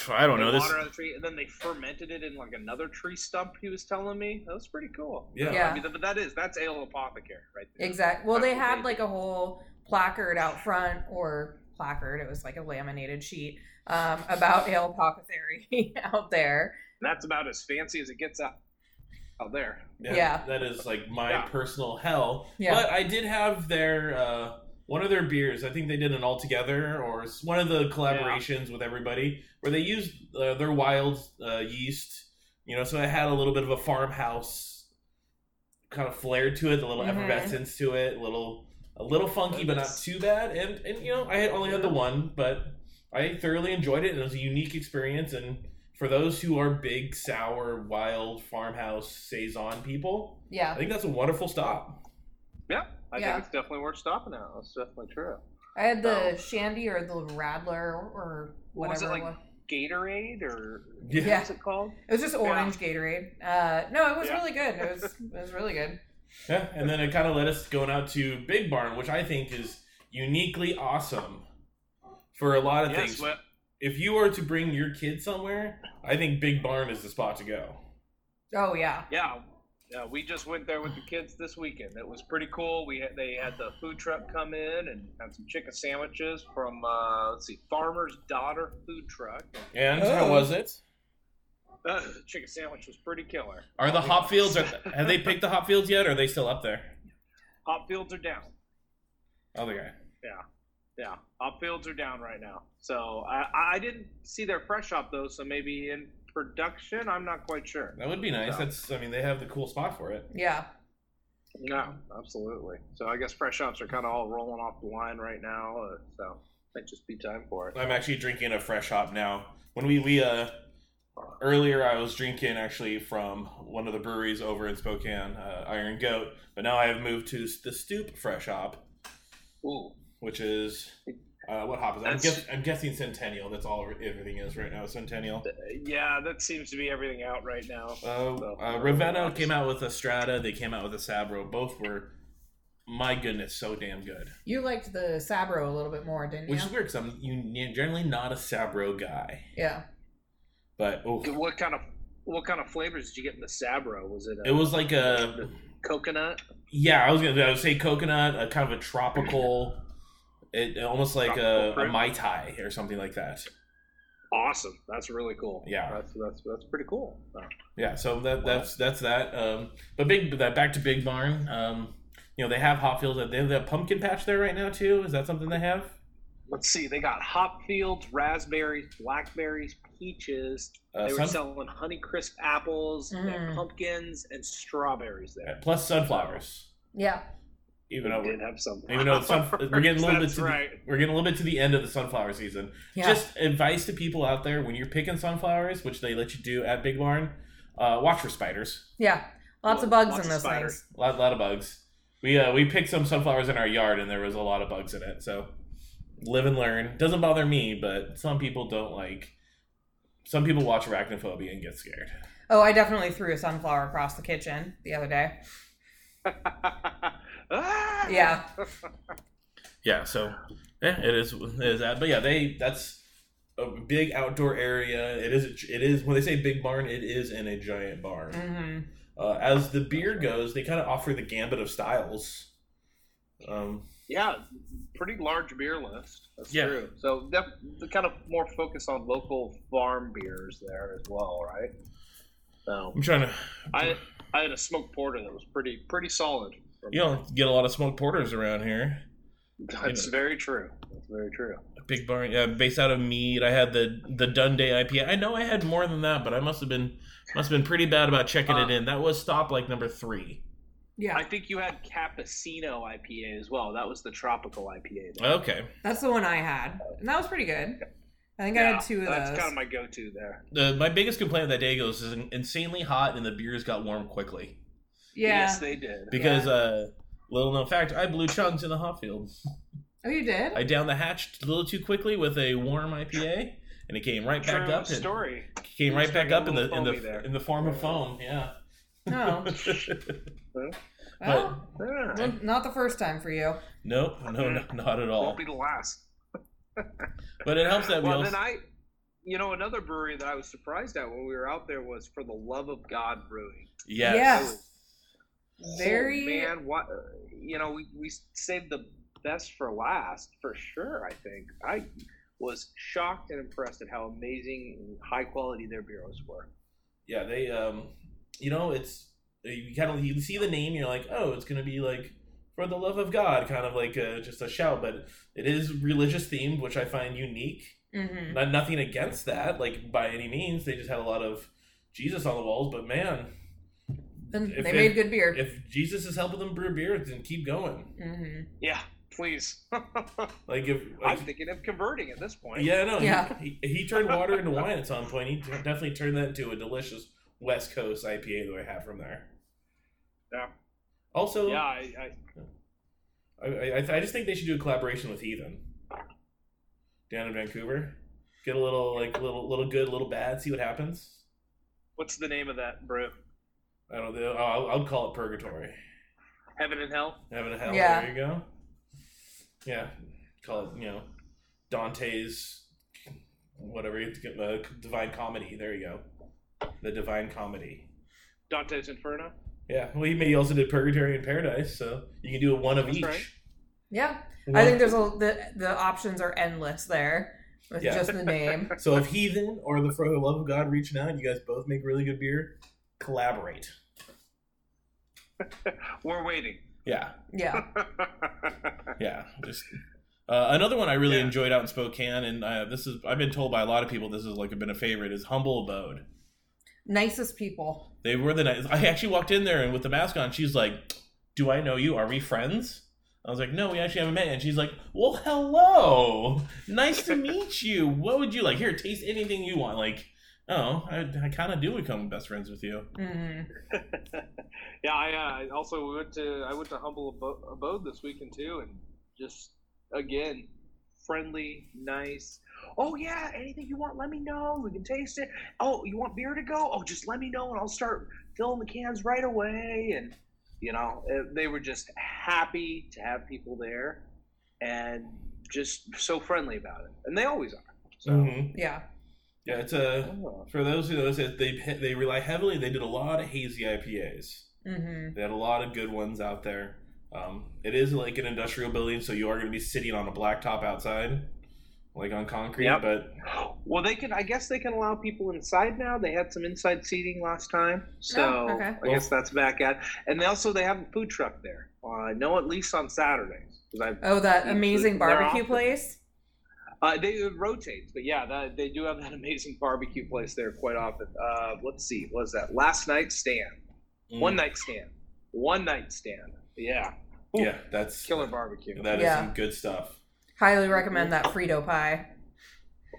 Speaker 1: I don't
Speaker 3: they
Speaker 1: know Oh, this.
Speaker 3: Water out of the tree, and then they fermented it in like another tree stump. He was telling me that was pretty cool.
Speaker 1: Yeah.
Speaker 4: Yeah.
Speaker 3: I mean, but that is that's ale apothecary right there.
Speaker 4: Exact. Well, they
Speaker 3: That's what
Speaker 4: had
Speaker 3: do.
Speaker 4: like a whole placard out front, or placard. It was like a laminated sheet um, about ale apothecary [laughs] out there.
Speaker 3: And that's about as fancy as it gets out out there.
Speaker 4: Yeah.
Speaker 1: That is like my
Speaker 3: Yeah.
Speaker 1: personal hell.
Speaker 4: Yeah.
Speaker 1: But I did have their uh, one of their beers. I think they did an all together or s- one of the collaborations with everybody where they used uh, their wild uh, yeast. You know, so it had a little bit of a farmhouse kind of flair to it, a little
Speaker 4: Mhm.
Speaker 1: effervescence to it, a little a little funky but not too bad. And and you know, I had only had the one, but I thoroughly enjoyed it and it was a unique experience and for those who are big sour wild farmhouse saison people, I
Speaker 4: Yeah.
Speaker 1: think that's a wonderful stop. [laughs]
Speaker 3: I
Speaker 4: Yeah.
Speaker 3: think it's definitely worth stopping at. That's definitely true.
Speaker 4: I had the shandy or the radler or
Speaker 3: Oh. What was
Speaker 4: whatever.
Speaker 3: it
Speaker 4: it
Speaker 3: like?
Speaker 4: was.
Speaker 3: Gatorade or
Speaker 1: Yeah.
Speaker 4: Yeah.
Speaker 3: what's it called?
Speaker 4: It was just orange Gatorade. Uh, no, it was
Speaker 3: Yeah.
Speaker 4: really good. It was it was really good.
Speaker 1: Yeah, and then it kind of led us going out to Big Barn, which I think is uniquely awesome for a lot of
Speaker 3: Yes,
Speaker 1: things.
Speaker 3: well,
Speaker 1: if you are to bring your kid somewhere, I think Big Barn is the spot to go.
Speaker 4: Oh yeah.
Speaker 3: yeah. Yeah, we just went there with the kids this weekend. It was pretty cool. We had, they had the food truck come in and had some chicken sandwiches from uh, let's see, Farmer's Daughter Food Truck.
Speaker 1: And how
Speaker 4: Oh.
Speaker 1: was it?
Speaker 3: Uh, [laughs] the chicken sandwich was pretty killer.
Speaker 1: Are the hop fields? Are, have they picked the hop fields yet? Or are they still up there?
Speaker 3: Hop fields are down.
Speaker 1: Oh, they are.
Speaker 3: Yeah, hop fields are down right now. So I, I didn't see their fresh hop though. So maybe in production, I'm not quite sure.
Speaker 1: That would be nice. That's. I mean, they have the cool spot for it.
Speaker 4: Yeah.
Speaker 3: No, absolutely. So I guess fresh hops are kind of all rolling off the line right now. Uh, so might just be time for it.
Speaker 1: I'm actually drinking a fresh hop now. When we we uh earlier I was drinking actually from one of the breweries over in Spokane, uh, Iron Goat, but now I have moved to the Stoop Fresh Hop,
Speaker 3: Ooh,
Speaker 1: which is Uh, what hop is? I'm,
Speaker 3: That's-
Speaker 1: guess, I'm guessing Centennial. That's all everything is right now. Centennial.
Speaker 3: Uh, Yeah, that seems to be everything out right now.
Speaker 1: Uh, uh, Ravenna came out with a Strata. They came out with a Sabro. Both were, my goodness, so damn good.
Speaker 4: You liked the Sabro a little bit more, didn't you?
Speaker 1: Which is weird because I'm you, generally not a Sabro guy.
Speaker 4: yeah.
Speaker 1: But oh,
Speaker 3: What kind of what kind of flavors did you get in the Sabro? Was it a
Speaker 1: it was like a
Speaker 3: coconut?
Speaker 1: yeah. I was gonna I would say coconut, a kind of a tropical, it almost like a,
Speaker 3: Tropical
Speaker 1: a
Speaker 3: fruit?
Speaker 1: mai tai or something like that.
Speaker 3: Awesome. That's really cool.
Speaker 1: Yeah.
Speaker 3: That's that's that's pretty cool. Uh,
Speaker 1: Yeah, so that that's that's that. Um, but big that back to Big Barn. Um, you know they have hop fields. They have that pumpkin patch there right now too. Is that something they have?
Speaker 3: Let's see. They got hop fields, raspberries, blackberries, peaches.
Speaker 1: Uh,
Speaker 3: they were
Speaker 1: sun-
Speaker 3: selling honey crisp apples
Speaker 4: Mm.
Speaker 3: and pumpkins and strawberries there.
Speaker 1: plus sunflowers.
Speaker 4: Yeah.
Speaker 1: Even though
Speaker 3: we
Speaker 1: we're,
Speaker 3: did have some.
Speaker 1: even though it's
Speaker 3: [laughs]
Speaker 1: sun, we're getting a little bit
Speaker 3: That's
Speaker 1: to
Speaker 3: right. [laughs]
Speaker 1: the, we're getting a little bit to the end of the sunflower season.
Speaker 4: Yeah.
Speaker 1: Just advice to people out there when you're picking sunflowers, which they let you do at Big Barn. Uh, watch for spiders.
Speaker 4: yeah. Lots of bugs
Speaker 3: Lots of
Speaker 4: in those
Speaker 3: spiders.
Speaker 4: things.
Speaker 1: A lot, lot of bugs. We uh, we picked some sunflowers in our yard, and there was a lot of bugs in it. So live and learn. Doesn't bother me, but some people don't like. Some people watch arachnophobia and get scared.
Speaker 4: Oh, I definitely threw a sunflower across the kitchen the other day.
Speaker 3: Ah!
Speaker 4: Yeah.
Speaker 1: Yeah, so yeah, it is it is that. But yeah, they that's a big outdoor area. It is it is when they say big barn, it is in a giant barn.
Speaker 4: Mm-hmm.
Speaker 1: Uh, as the beer goes, they kind of offer the gambit of styles. Um,
Speaker 3: Yeah, pretty large beer list. That's
Speaker 1: Yeah.
Speaker 3: true. So def- the kind of more focus on local farm beers there as well, right? So
Speaker 1: I'm trying to
Speaker 3: I I had a smoked porter that was pretty pretty solid. from-
Speaker 1: you don't get a lot of smoked porters around here.
Speaker 3: that's very true. That's very true.
Speaker 1: Big barn, yeah, based out of Mead. I had the the Dundee IPA. I know I had more than that, but I must have been must have been pretty bad about checking
Speaker 3: Uh,
Speaker 1: it in. That was stop like number three.
Speaker 4: Yeah.
Speaker 3: I think you had Cappuccino IPA as well. That was the tropical IPA. there.
Speaker 1: Okay,
Speaker 4: That's the one I had. And that was pretty good. I think I
Speaker 3: Yeah,
Speaker 4: had two of
Speaker 3: that's
Speaker 4: those.
Speaker 3: kind of my go-to there.
Speaker 1: the, my biggest complaint of that day goes is insanely hot and the beers got warm quickly.
Speaker 4: yeah.
Speaker 3: Yes, they did.
Speaker 1: Because uh little known fact, I blew chugs in the hot field.
Speaker 4: oh, you did?
Speaker 1: I downed the hatch a little too quickly with a warm IPA and it came right back
Speaker 3: True
Speaker 1: up and
Speaker 3: story.
Speaker 1: came right back up in the in
Speaker 3: Little foamy
Speaker 1: the
Speaker 3: there.
Speaker 1: in the form of foam, yeah. [laughs]
Speaker 4: No. Well,
Speaker 3: Yeah.
Speaker 4: well, not the first time for you.
Speaker 1: nope, no, no, not at all.
Speaker 3: Won't be the last.
Speaker 1: But it helps that we
Speaker 3: Well,
Speaker 1: also
Speaker 3: then I, you know, another brewery that I was surprised at when we were out there was for the love of God brewing.
Speaker 1: yes.
Speaker 4: Yeah.
Speaker 3: oh,
Speaker 4: Very-
Speaker 3: man. What uh, you know, we we saved the best for last for sure. I think I was shocked and impressed at how amazing and high quality their bureaus were.
Speaker 1: yeah they um you know it's uh, you kind of you see the name you're like oh it's gonna be like for the love of god kind of like uh just a shout but it is religious themed which i find unique
Speaker 4: Mm-hmm.
Speaker 1: not, nothing against that like by any means they just had a lot of jesus on the walls but man
Speaker 4: And
Speaker 1: If
Speaker 4: they
Speaker 1: it-
Speaker 4: made good beer.
Speaker 1: if jesus is helping them brew beer then keep going
Speaker 4: mm-hmm.
Speaker 3: Yeah, please.
Speaker 1: like if
Speaker 3: I'm
Speaker 1: like,
Speaker 3: thinking of converting at this point.
Speaker 1: yeah no
Speaker 4: Yeah.
Speaker 1: He, he, he turned water into wine at some point he t- definitely turned that into a delicious west coast ipa that i have from there
Speaker 3: Yeah.
Speaker 1: also
Speaker 3: Yeah, I, I,
Speaker 1: I, I, I just think they should do a collaboration with Heathen down in Vancouver. Get a little like little little good, little bad. See what happens.
Speaker 3: what's the name of that brew?
Speaker 1: I don't know. I'll, I'll call it Purgatory.
Speaker 3: Heaven and Hell.
Speaker 1: Heaven and hell.
Speaker 4: Yeah.
Speaker 1: There you go. Yeah. Call it you know Dante's whatever it's get- uh, divine comedy. There you go. The divine comedy.
Speaker 3: Dante's Inferno.
Speaker 1: Yeah. Well, he maybe also did Purgatory and Paradise, so you can do a one of
Speaker 3: That's
Speaker 1: each.
Speaker 3: right.
Speaker 4: Yeah. I
Speaker 1: One-
Speaker 4: think there's a the the options are endless there with
Speaker 1: Yeah.
Speaker 4: just the name.
Speaker 1: So if Heathen or the For the Love of God reaching out, you guys both make really good beer, collaborate.
Speaker 3: We're waiting. [laughs]
Speaker 1: Yeah,
Speaker 4: Yeah.
Speaker 1: yeah. Just uh, another one I really
Speaker 3: Yeah.
Speaker 1: enjoyed out in Spokane, and uh, this is I've been told by a lot of people this is like been a favorite is Humble Abode.
Speaker 4: Nicest people.
Speaker 1: They were the nice. I actually walked in there and with the mask on, she's like, "Do I know you? Are we friends?" I was like, "No, we actually haven't met." And she's like, "Well, hello. Nice to [laughs] meet you. What would you like? Here, taste anything you want." Like, oh, I, I kind of do become best friends with you.
Speaker 4: hmm
Speaker 3: yeah, I, uh, I also went to I went to Humble Abo- Abode this weekend too, and just again, friendly, nice. Oh yeah, anything you want, let me know. We can taste it. Oh, you want beer to go? Oh, just let me know, and I'll start filling the cans right away. And you know, eh, they were just happy to have people there, and just so friendly about it. And they always are. So.
Speaker 1: Mhm.
Speaker 4: Yeah.
Speaker 1: Yeah, it's a
Speaker 3: Oh,
Speaker 1: for those who notice that they they rely heavily. They did a lot of hazy IPAs.
Speaker 4: Mm-hmm.
Speaker 1: They had a lot of good ones out there. Um, it is like an industrial building, so you are going to be sitting on a blacktop outside, like on concrete.
Speaker 3: Yep.
Speaker 1: But
Speaker 3: Well, they can. I guess they can allow people inside now. They had some inside seating last time, so
Speaker 4: Oh, okay.
Speaker 3: I guess that's back at. And they also they have a food truck there. Uh, I know at least on Saturdays 'cause I've-
Speaker 4: Oh, that
Speaker 3: They're
Speaker 4: amazing barbecue
Speaker 3: awesome.
Speaker 4: place.
Speaker 3: uh, they it rotates, but yeah, that, they do have that [laughs] amazing barbecue place there quite often. Uh, let's see, what was that last night stand?
Speaker 1: Mm,
Speaker 3: One night stand, one night stand. Yeah,
Speaker 1: yeah, that's
Speaker 3: killer barbecue.
Speaker 1: That is
Speaker 4: Yeah.
Speaker 1: some good stuff.
Speaker 4: Highly recommend that Frito pie.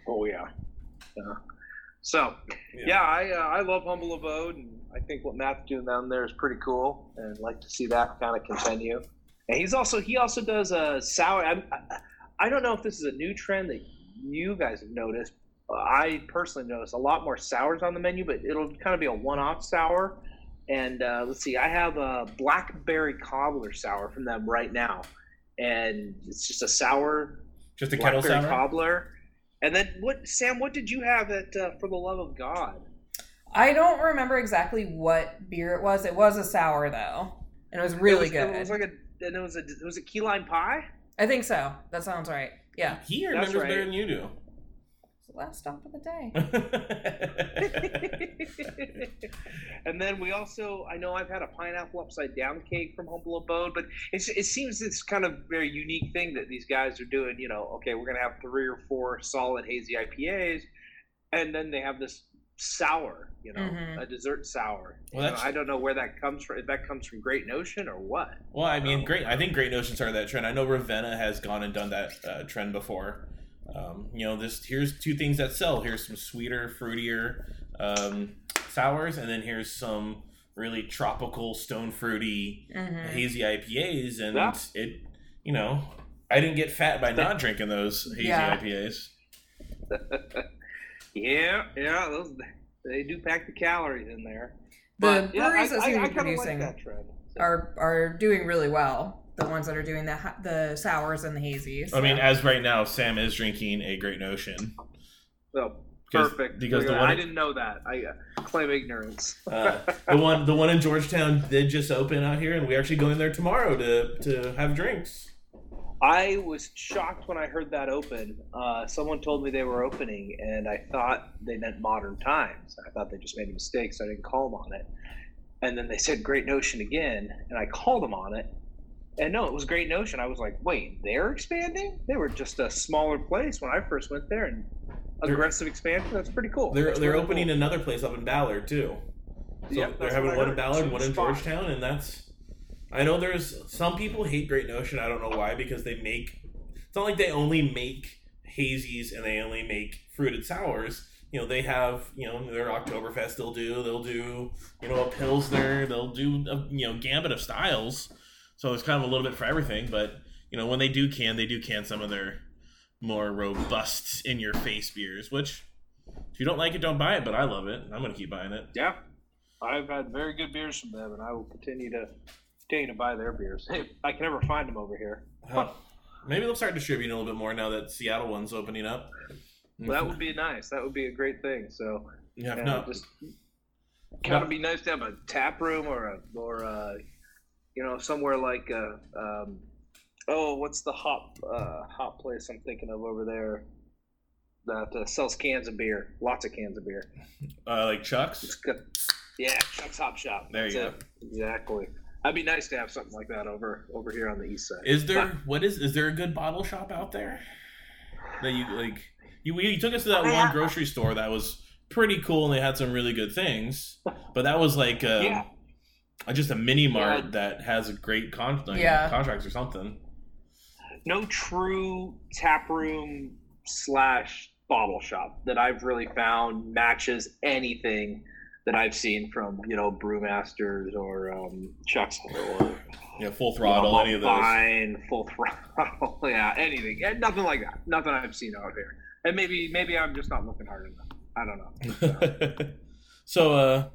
Speaker 3: Oh yeah. Uh, so,
Speaker 1: Yeah.
Speaker 3: yeah, I uh, I love humble abode, and I think what Matt's doing down there is pretty cool, and I'd like to see that kind of continue. And he's also he also does a sour. I, I, I don't know if this is a new trend that you guys have noticed. Uh, I personally noticed a lot more sours on the menu, but it'll kind of be a one-off sour. And uh, let's see, I have a blackberry cobbler sour from them right now, and it's just a sour
Speaker 1: Just a kettle
Speaker 3: blackberry
Speaker 1: sour.
Speaker 3: cobbler. And then what, Sam? What did you have at uh, for the love of God?
Speaker 4: I don't remember exactly what beer it was. It was a sour though, and it was really
Speaker 3: It was-
Speaker 4: good.
Speaker 3: It was like a and it was a was it key
Speaker 1: [laughs]
Speaker 3: lime pie? [laughs]
Speaker 4: I think so. That sounds right. Yeah.
Speaker 1: He
Speaker 3: That's
Speaker 1: remembers
Speaker 3: right.
Speaker 1: better than you do.
Speaker 4: It's the last stop of the day.
Speaker 1: [laughs]
Speaker 3: [laughs] and then we also I know I've had a pineapple upside down cake from Humble Abode, but it's, it seems it's kind of very unique thing that these guys are doing. You know, okay, we're gonna have three or four solid hazy IPAs, and then they have this sour, you know,
Speaker 4: Mhm.
Speaker 3: a dessert sour.
Speaker 1: Well,
Speaker 3: You know,
Speaker 1: that's-
Speaker 3: I don't know where that comes from. If that comes from Great Notion or what.
Speaker 1: well, I
Speaker 3: Um,
Speaker 1: mean, great. I think Great Notion started that trend. I know Ravenna has gone and done that uh, trend before. Um, you know, this here's two things that sell. Here's some sweeter, fruitier um, sours, and then here's some really tropical, stone fruity,
Speaker 4: Mhm.
Speaker 3: [laughs]
Speaker 1: hazy IPAs, and
Speaker 3: Mm. Yeah.
Speaker 1: it, you know, I didn't get fat by not drinking those hazy
Speaker 4: Yeah.
Speaker 1: IPAs.
Speaker 3: Yeah, yeah, those they do pack the calories in there.
Speaker 4: The
Speaker 3: yeah,
Speaker 4: breweries
Speaker 3: I-
Speaker 4: that
Speaker 3: I-
Speaker 4: seem
Speaker 3: I
Speaker 4: to be
Speaker 3: kinda like
Speaker 4: producing
Speaker 3: that trend. So-
Speaker 4: are are doing really well. The ones that are doing the ha- the sours and the hazies.
Speaker 1: I mean, as right now, Sam is drinking a Great Notion.
Speaker 3: So
Speaker 1: Because-
Speaker 3: perfect.
Speaker 1: because
Speaker 3: Because
Speaker 1: the one-
Speaker 3: I didn't know that. I uh, claim ignorance.
Speaker 1: Uh, the one, the one in Georgetown did just open out here, and we actually go in there tomorrow to to have drinks.
Speaker 3: I was shocked when I heard that open. Uh, someone told me they were opening, and I thought they meant modern times. I thought they just made a mistake, so I didn't call them on it. And then they said Great Notion again, and I called them on it. And no, it was Great Notion. I was like, wait, they're expanding? They were just a smaller place when I first went there, and
Speaker 1: They're-
Speaker 3: aggressive expansion. That's pretty cool.
Speaker 1: They're
Speaker 3: That's
Speaker 1: they're
Speaker 3: really
Speaker 1: opening
Speaker 3: cool.
Speaker 1: another place up in Ballard too. So
Speaker 3: Yep,
Speaker 1: they're
Speaker 3: that's
Speaker 1: having
Speaker 3: what I
Speaker 1: one in
Speaker 3: heard.
Speaker 1: Ballard,
Speaker 3: Two
Speaker 1: one in
Speaker 3: spots.
Speaker 1: Georgetown, and that's. I know there's some people hate Great Notion. I don't know why because they make. It's not like they only make hazies and they only make fruited sours. You know they have you know their Oktoberfest. They'll do they'll do you know a pilsner. They'll do a, you know gambit of styles. So it's kind of a little bit for everything. But you know when they do can they do can some of their more robust in your face beers. Which if you don't like it, don't buy it. But I love it. I'm gonna keep buying it.
Speaker 3: Yeah, I've had very good beers from them, and I will continue to continue to buy their beers. I can never find them over here.
Speaker 1: Huh. Maybe they'll start distributing a little bit more now that Seattle one's opening up.
Speaker 3: Well, that would be nice. That would be a great thing. So,
Speaker 1: yeah, if
Speaker 3: yeah,
Speaker 1: not,
Speaker 3: just kind of be nice to have a tap room or a or a, you know somewhere like a, um, oh, what's the hop uh, hop place I'm thinking of over there that uh, sells cans of beer, lots of cans of beer.
Speaker 1: uh, like Chuck's.
Speaker 3: Yeah, Chuck's Hop Shop.
Speaker 1: There you
Speaker 3: That's it. Exactly. That'd be nice to have something like that over over here on the east side.
Speaker 1: Is there what is is there a good bottle shop out there that you like? You, you took us to that
Speaker 3: I
Speaker 1: one
Speaker 3: have-
Speaker 1: grocery store that was pretty cool and they had some really good things, but that was like um,
Speaker 3: Yeah.
Speaker 1: uh, just a mini mart
Speaker 3: Yeah.
Speaker 1: that has a great con- like,
Speaker 4: Yeah.
Speaker 1: contracts or something.
Speaker 3: no true tap room slash bottle shop that I've really found matches anything that I've seen from you know brewmasters or um, Chuck's
Speaker 1: [sighs]
Speaker 3: or
Speaker 1: Yeah, full
Speaker 3: you know,
Speaker 1: throttle, any of those.
Speaker 3: Fine, full throttle, [laughs] yeah, anything, Eh, nothing like that, nothing I've seen out here. And maybe maybe I'm just not looking hard enough. I don't know.
Speaker 1: [laughs] so uh,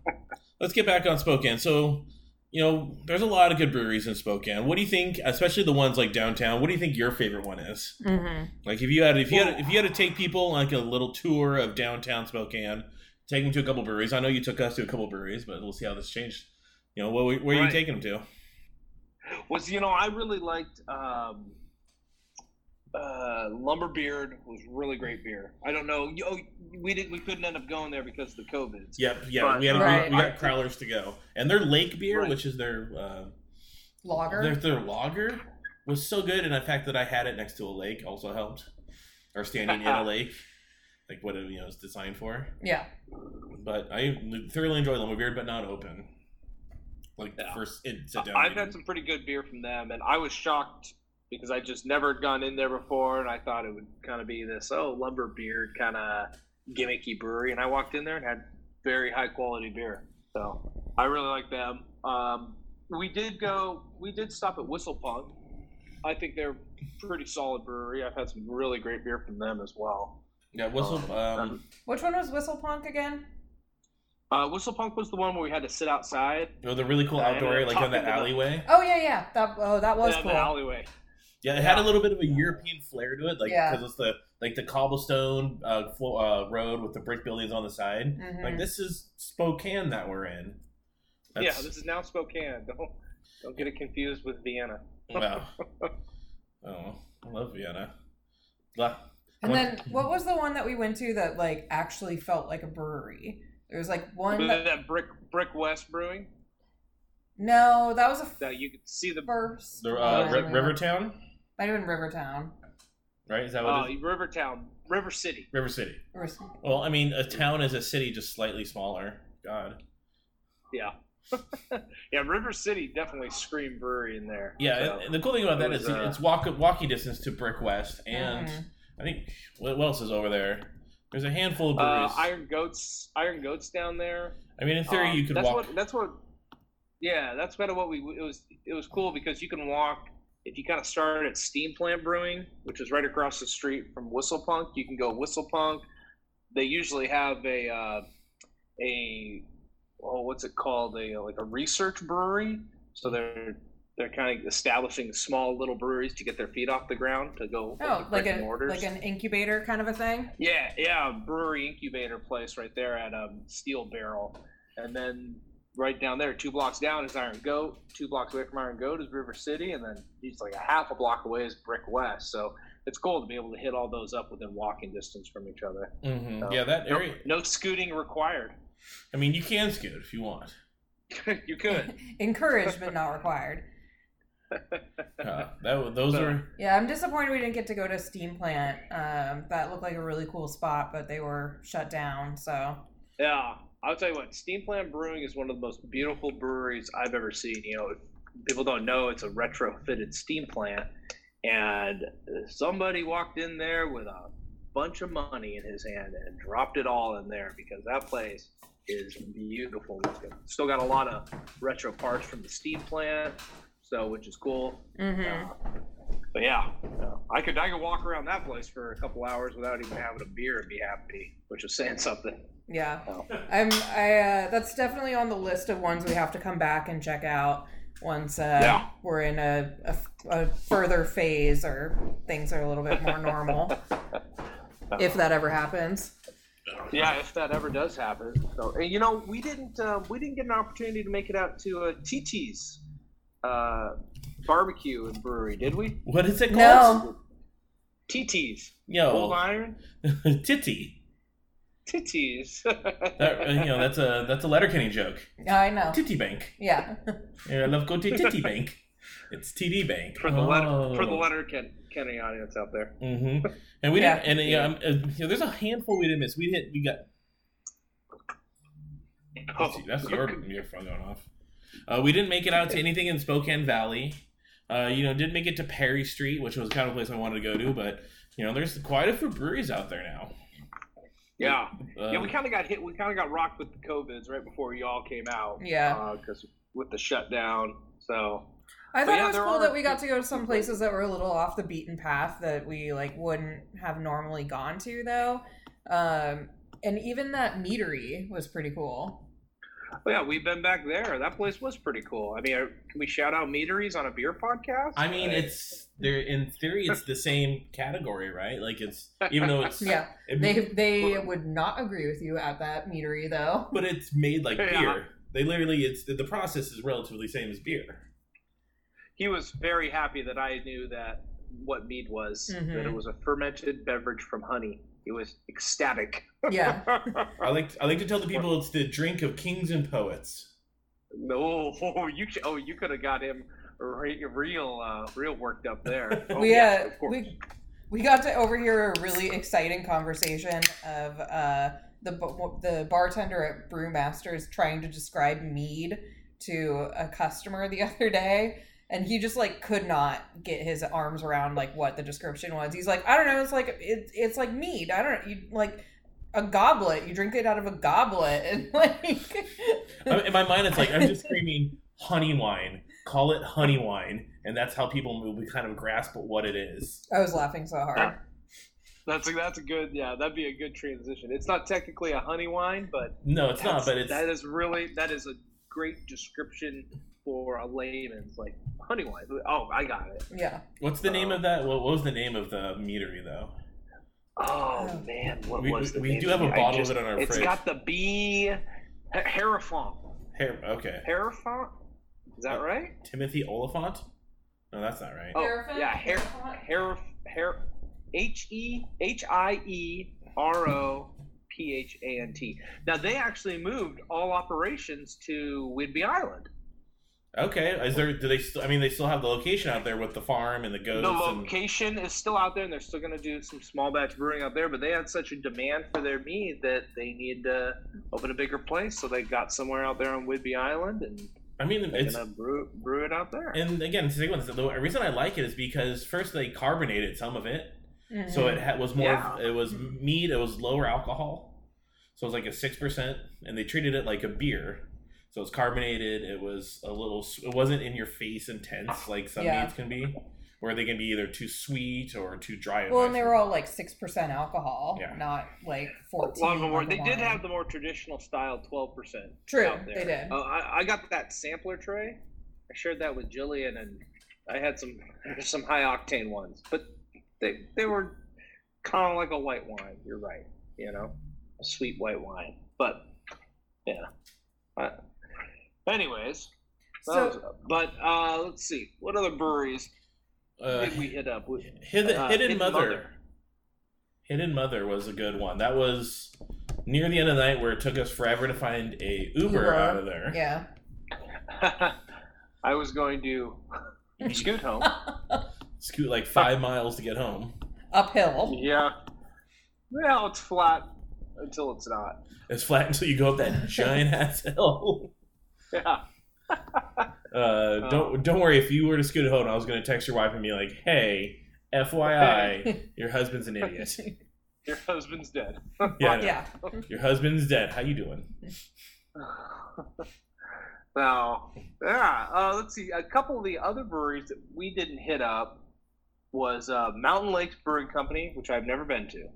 Speaker 1: let's get back on Spokane. So you know, there's a lot of good breweries in Spokane. What do you think, especially the ones like downtown? What do you think your favorite one is?
Speaker 3: Mm-hmm.
Speaker 4: Mhm.
Speaker 1: Like, if you had if you had if you had to take people like a little tour of downtown Spokane, take them to a couple breweries. I know you took us to a couple breweries, but we'll see how this changed. You know, what, where are you
Speaker 3: Right.
Speaker 1: taking them to?
Speaker 3: was you know I really liked um, uh, Lumberbeard was really great beer. I don't know. you- Oh, we did we couldn't end up going there because of the COVID.
Speaker 1: Yep, yeah,
Speaker 3: Right.
Speaker 1: we have
Speaker 4: Right.
Speaker 1: we, we got Crowlers to go, and their Lake beer,
Speaker 3: Right.
Speaker 1: which is their uh,
Speaker 4: Lager.
Speaker 1: Their, their lager was so good, and the fact that I had it next to a lake also helped. Or standing
Speaker 3: [laughs]
Speaker 1: in a lake, like what it, you know it's designed for.
Speaker 4: yeah.
Speaker 1: But I thoroughly enjoy Lumberbeard, but not open. Like
Speaker 3: Yeah.
Speaker 1: first it sit down.
Speaker 3: I've had some pretty good beer from them, and I was shocked because I just never had gone in there before, and I thought it would kind of be this oh lumber beard kind of gimmicky brewery, and I walked in there and had very high quality beer. So I really like them. Um, we did go, we did stop at Whistle Punk. I think they're a pretty solid brewery. I've had some really great beer from them as well.
Speaker 1: yeah, whistle.
Speaker 3: um,
Speaker 1: Um,
Speaker 4: Which one was Whistle Punk again?
Speaker 3: Uh, Whistle Punk was the one where we had to sit outside.
Speaker 1: you know, the really cool
Speaker 3: I ended
Speaker 1: outdoor,
Speaker 3: up
Speaker 1: like in that
Speaker 3: talking to them.
Speaker 1: alleyway.
Speaker 4: Oh yeah, yeah. That oh that was
Speaker 3: down
Speaker 4: cool.
Speaker 3: the alleyway.
Speaker 1: Yeah, it had a little bit of a European flair to it, like
Speaker 4: Yeah.
Speaker 1: because it's the like the cobblestone uh, flo- uh, road with the brick buildings on the side.
Speaker 4: Mhm.
Speaker 1: Like this is Spokane that we're in.
Speaker 3: Mm-hmm. Yeah, this is now Spokane. Don't don't get it confused with Vienna.
Speaker 1: [laughs] Wow. oh, I love Vienna. La-
Speaker 4: and
Speaker 1: one-
Speaker 4: then what was the one that we went to that like actually felt like a brewery? There was like one
Speaker 3: Was
Speaker 4: that,
Speaker 3: it that brick brick West Brewing
Speaker 4: No, that was a
Speaker 3: that you could see the
Speaker 4: first.
Speaker 1: the uh,
Speaker 4: one.
Speaker 1: Ri Rivertown,
Speaker 4: Might have been Rivertown.
Speaker 1: right? Is that what
Speaker 3: uh,
Speaker 1: it is?
Speaker 3: Rivertown River City.
Speaker 1: River City.
Speaker 4: Or
Speaker 1: Well, I mean, a town is a city just slightly smaller. God.
Speaker 3: Yeah, yeah, River City definitely screamed brewery in there.
Speaker 1: Yeah,
Speaker 3: So,
Speaker 1: and the cool thing about that
Speaker 3: It was,
Speaker 1: is
Speaker 3: uh,
Speaker 1: it's walk walking distance to Brick West, and
Speaker 3: Mm-hmm.
Speaker 4: Mhm.
Speaker 1: I think what what else is over there? There's a handful of breweries.
Speaker 3: uh, Iron Goats, Iron Goats down there.
Speaker 1: I mean, in theory,
Speaker 3: Um,
Speaker 1: you could
Speaker 3: that's
Speaker 1: walk.
Speaker 3: What, that's what. Yeah, that's kind of what we. It was. It was cool because you can walk. If you kind of start at Steam Plant Brewing, which is right across the street from Whistle Punk, you can go Whistle Punk. They usually have a uh, a oh, what's it called? A like a research brewery. So they're they're kind of establishing small little breweries to get their feet off the ground to go into
Speaker 4: Oh, like
Speaker 3: brick and
Speaker 4: a
Speaker 3: mortars.
Speaker 4: like an incubator kind of a thing. [laughs]
Speaker 3: Yeah, yeah, brewery incubator place right there at um, Steel Barrel, and then right down there, two blocks down is Iron Goat. Two blocks away from Iron Goat is River City, and then just like a half a block away is Brick West. So it's cool to be able to hit all those up within walking distance from each other.
Speaker 1: Mhm.
Speaker 3: uh,
Speaker 1: Yeah, that
Speaker 3: No,
Speaker 1: area.
Speaker 3: no scooting required. [laughs]
Speaker 1: I mean, you can scoot if you want.
Speaker 3: you could.
Speaker 4: Encouraged but not required.
Speaker 1: Uh, that would- those
Speaker 3: But-
Speaker 1: are
Speaker 4: Yeah, I'm disappointed we didn't get to go to Steam Plant. Um, that looked like a really cool spot, but they were shut down. So
Speaker 3: Yeah, I'll tell you what. Steam Plant Brewing is one of the most beautiful breweries I've ever seen. You know, if people don't know it's a retrofitted steam plant, and somebody walked in there with a bunch of money in his hand and dropped it all in there because that place is beautiful looking. Still got a lot of retro parts from the steam plant, so which is cool.
Speaker 4: Mhm.
Speaker 3: Uh, but yeah, uh, I could I could walk around that place for a couple hours without even having a beer and be happy, which is saying something.
Speaker 4: yeah, I'm. I uh, that's definitely on the list of ones we have to come back and check out once uh,
Speaker 3: Yeah.
Speaker 4: we're in a, a f- a further phase or things are a little bit more normal, if that ever happens.
Speaker 3: Yeah, if that ever does happen. So, and you know, we didn't uh, we didn't get an opportunity to make it out to uh, TT's uh, barbecue and brewery, did we?
Speaker 1: what is it called?
Speaker 4: No.
Speaker 3: TT's Old
Speaker 1: Yo,
Speaker 3: Iron
Speaker 1: [laughs] titty.
Speaker 3: [laughs] TT's.
Speaker 1: That, uh, you know, that's a that's a Letterkenny joke.
Speaker 4: I know.
Speaker 1: Titty bank.
Speaker 4: Yeah.
Speaker 1: Yeah, I love go to
Speaker 3: [laughs]
Speaker 1: titty bank. It's TD bank
Speaker 3: for the letter for the
Speaker 1: Oh.
Speaker 3: letter Ken, Kenny audience out there.
Speaker 1: hmm And we
Speaker 4: Yeah.
Speaker 1: didn't. And yeah, um, uh, you know, there's a handful we didn't miss. We hit. We got.
Speaker 3: Oh.
Speaker 1: That's
Speaker 3: [laughs]
Speaker 1: your your phone going off. Uh, we didn't make it out to anything in Spokane Valley. Uh, you know, did make it to Perry Street, which was kind of a place I wanted to go to, but you know, there's quite a few breweries out there now.
Speaker 3: Yeah.
Speaker 1: Uh,
Speaker 3: yeah, we kind of got hit. We kind of got rocked with the covids right before y'all came out.
Speaker 4: Yeah.
Speaker 3: Because with the shutdown, so
Speaker 4: I
Speaker 3: But
Speaker 4: thought
Speaker 3: yeah,
Speaker 4: it was
Speaker 3: there
Speaker 4: cool
Speaker 3: are-
Speaker 4: that we got to go to some places that were a little off the beaten path that we like wouldn't have normally gone to though. Um, and even that meadery was pretty cool.
Speaker 3: but yeah, we've been back there. That place was pretty cool. I mean, I, can we shout out Meaderies on a beer podcast?
Speaker 1: I mean,
Speaker 3: Like,
Speaker 1: it's they're in theory it's the same category, right? Like it's even though it's
Speaker 4: [laughs] Yeah,
Speaker 1: it-
Speaker 3: [laughs]
Speaker 4: they they would not agree with you at that
Speaker 3: [laughs]
Speaker 4: meadery though.
Speaker 1: but it's made like
Speaker 3: Yeah.
Speaker 1: beer. They literally it's the process is relatively same as beer.
Speaker 3: he was very happy that I knew that what mead was.
Speaker 4: Mhm.
Speaker 3: That it was a fermented beverage from honey. He was
Speaker 4: [laughs]
Speaker 3: ecstatic. Oh,
Speaker 4: Yeah,
Speaker 1: I like I like to tell the people it's the drink of kings and poets.
Speaker 3: No, [laughs] oh, you sh- oh you could have got him re- real uh, real worked up
Speaker 4: [laughs]
Speaker 3: there. Oh,
Speaker 4: we
Speaker 3: yes,
Speaker 4: uh,
Speaker 3: of course.
Speaker 4: we we got to overhear a really exciting conversation of uh the b- the bartender at Brewmasters trying to describe mead to a customer the [laughs] other day. And he just like could not get his arms around like what the description was. He's like, I don't know, it's like it, it's like mead. I don't know, you like a goblet. You drink it out of a goblet, [laughs] and like
Speaker 1: I- in my mind, it's like I'm
Speaker 3: [laughs]
Speaker 1: just screaming honey wine. Call it honey wine, and that's how people will be kind of grasp at what it is.
Speaker 4: [laughs] I was laughing so hard.
Speaker 3: That's a, that's a good yeah. That'd be a good transition. It's not technically a honey wine, but
Speaker 1: No, it's not,
Speaker 3: that's-
Speaker 1: but it's
Speaker 3: that is really that is a great description for a layman's like honey wine. Oh, I got it.
Speaker 4: Yeah,
Speaker 1: what's the name of that? What, what was the name of the meadery though?
Speaker 3: Oh man, what
Speaker 1: We-
Speaker 3: was
Speaker 1: we-
Speaker 3: the
Speaker 1: we
Speaker 3: name
Speaker 1: do have a
Speaker 3: it? I
Speaker 1: bottle of it on our
Speaker 3: It's
Speaker 1: fridge.
Speaker 3: got the B, Hierophant.
Speaker 1: Hair, okay,
Speaker 3: Hierophant, is that right?
Speaker 1: Timothy Oliphant. No, that's not right.
Speaker 3: Oh, yeah, hair, hair, hair, H E H I E R O P H A N T. Now they actually moved all operations to Whidbey Island.
Speaker 1: Okay, is there? Do they? Still, I mean, they still have the location out there with the farm and the goats.
Speaker 3: the
Speaker 1: and,
Speaker 3: location is still out there, and they're still going to do some small batch brewing out there. But they had such a demand for their mead that they need to open a bigger place, so they got somewhere out there on Whidbey Island, and
Speaker 1: I mean,
Speaker 3: they're
Speaker 1: it's
Speaker 3: going to brew, brew it out there.
Speaker 1: and again, to take one, the reason I like it is because first they carbonated some of it,
Speaker 3: Mm-hmm.
Speaker 1: so
Speaker 4: Mm-hmm.
Speaker 1: it ha- was more. of- It was mead. It was lower alcohol, so it was like a six percent, and they treated it like a beer. So it's carbonated. It was a little. s- It wasn't in your face intense like some
Speaker 4: Yeah.
Speaker 1: meads can be, where they can be either too sweet or too dry. in
Speaker 4: Well,
Speaker 1: my
Speaker 4: and they were all like six percent alcohol,
Speaker 1: Yeah.
Speaker 4: not like fourteen.
Speaker 3: A lot of them were.
Speaker 4: like
Speaker 3: They did
Speaker 4: wine.
Speaker 3: have the more traditional style, twelve percent.
Speaker 4: True,
Speaker 3: out there.
Speaker 4: they did.
Speaker 3: Uh, I, I got that sampler tray. I shared that with Jillian, and I had some [laughs] some high octane ones, but they they were kind of like a white wine. You're right, you know, a sweet white wine. But yeah. Uh, anyways, that was-
Speaker 4: so
Speaker 3: but uh, let's see, what other breweries
Speaker 4: [laughs]
Speaker 1: Uh,
Speaker 3: did we hit up? We-
Speaker 1: Hidden,
Speaker 3: Uh,
Speaker 1: Hidden
Speaker 3: Hidden
Speaker 1: Mother.
Speaker 3: Mother.
Speaker 1: Hidden Mother was a good one. That was near the end of the night where it took us forever to find a Uber,
Speaker 4: Uber.
Speaker 1: out of there.
Speaker 4: yeah,
Speaker 3: [laughs] I was going to scoot home.
Speaker 1: Scoot like five miles to get home.
Speaker 4: uphill.
Speaker 3: Yeah. Well, it's flat until it's not. [laughs]
Speaker 1: It's flat until you go up that giant ass hill.
Speaker 3: Yeah. Oh.
Speaker 1: Uh, don't don't worry. If you were to scoot home, I was going to text your wife and be like, "Hey, FYI, your husband's an idiot.
Speaker 3: Your husband's dead. [laughs]
Speaker 1: Yeah,
Speaker 4: Yeah,
Speaker 1: your husband's dead. How you doing?
Speaker 3: so, yeah. Uh, let's see. A couple of the other breweries that we didn't hit up was uh, Mountain Lakes Brewing Company, which I've never been to.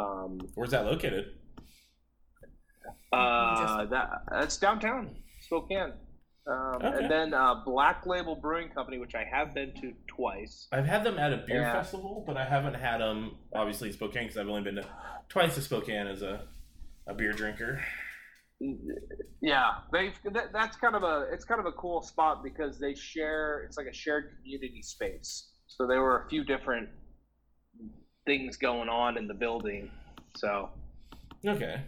Speaker 3: Um,
Speaker 1: Where's that located?
Speaker 3: uh, that, that's downtown Spokane. Um,
Speaker 1: Okay.
Speaker 3: And then uh, Black Label Brewing Company, which I have been to twice.
Speaker 1: I've had them at a beer
Speaker 3: Yeah.
Speaker 1: festival, but I haven't had them obviously in Spokane because I've only been to twice to Spokane as a, a beer drinker.
Speaker 3: yeah they've that, that's kind of a it's kind of a cool spot because they share it's like a shared community space so there were a few different things going on in the building so
Speaker 1: Okay,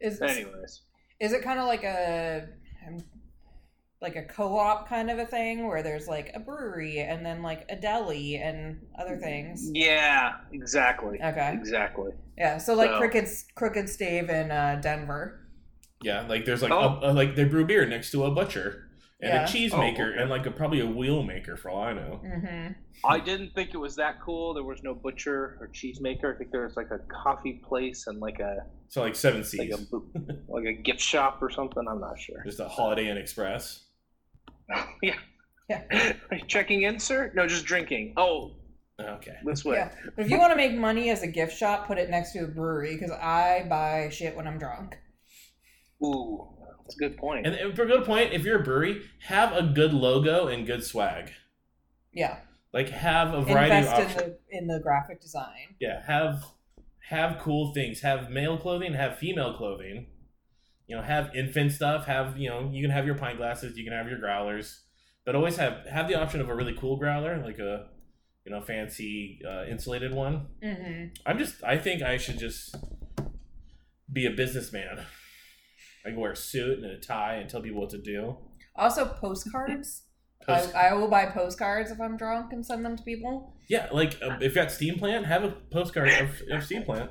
Speaker 4: is
Speaker 3: anyways
Speaker 4: is it kind of like a um, like a co-op kind of a thing where there's like a brewery and then like a deli and other things?
Speaker 3: yeah exactly
Speaker 4: Okay,
Speaker 3: exactly
Speaker 4: yeah. So like
Speaker 3: So-
Speaker 4: crooked crooked stave in uh, Denver.
Speaker 1: yeah, like there's like
Speaker 3: Oh.
Speaker 1: a, a- like they brew beer next to a butcher, and
Speaker 4: Yeah.
Speaker 1: a cheese
Speaker 3: Oh,
Speaker 1: maker
Speaker 3: okay.
Speaker 1: and like a probably a wheel maker for all I know.
Speaker 4: Mm-hmm.
Speaker 3: I didn't think it was that cool. There was no butcher or cheesemaker. I think there was like a coffee place and like a
Speaker 1: So like seven
Speaker 3: like
Speaker 1: C's,
Speaker 3: a bo- like a gift shop or something. I'm not sure.
Speaker 1: just a Holiday Inn Express.
Speaker 3: yeah.
Speaker 4: Yeah.
Speaker 3: [laughs] Are you checking in, sir? No, just drinking. Oh,
Speaker 1: Okay,
Speaker 3: this way.
Speaker 4: Yeah. But if you want to make money as a gift shop, put it next to a brewery because I buy shit when I'm drunk.
Speaker 3: Ooh, that's a good point.
Speaker 1: and and for a good point, if you're a brewery, have a good logo and good swag.
Speaker 4: Yeah.
Speaker 1: Like have a variety of
Speaker 4: Invest
Speaker 1: options.
Speaker 4: in the in the graphic design.
Speaker 1: yeah have have cool things have male clothing have female clothing you know have infant stuff have you know you can have your pint glasses you can have your growlers but always have have the option of a really cool growler like a you know fancy uh, insulated one
Speaker 4: Mm-hmm.
Speaker 1: i'm just i think i should just be a businessman i can wear a suit and a tie and tell people what to do
Speaker 4: Also postcards.
Speaker 1: [laughs] Post-
Speaker 4: I, I will buy postcards if I'm drunk and send them to people.
Speaker 1: yeah like uh, if you got steam plant have a postcard of, of steam plant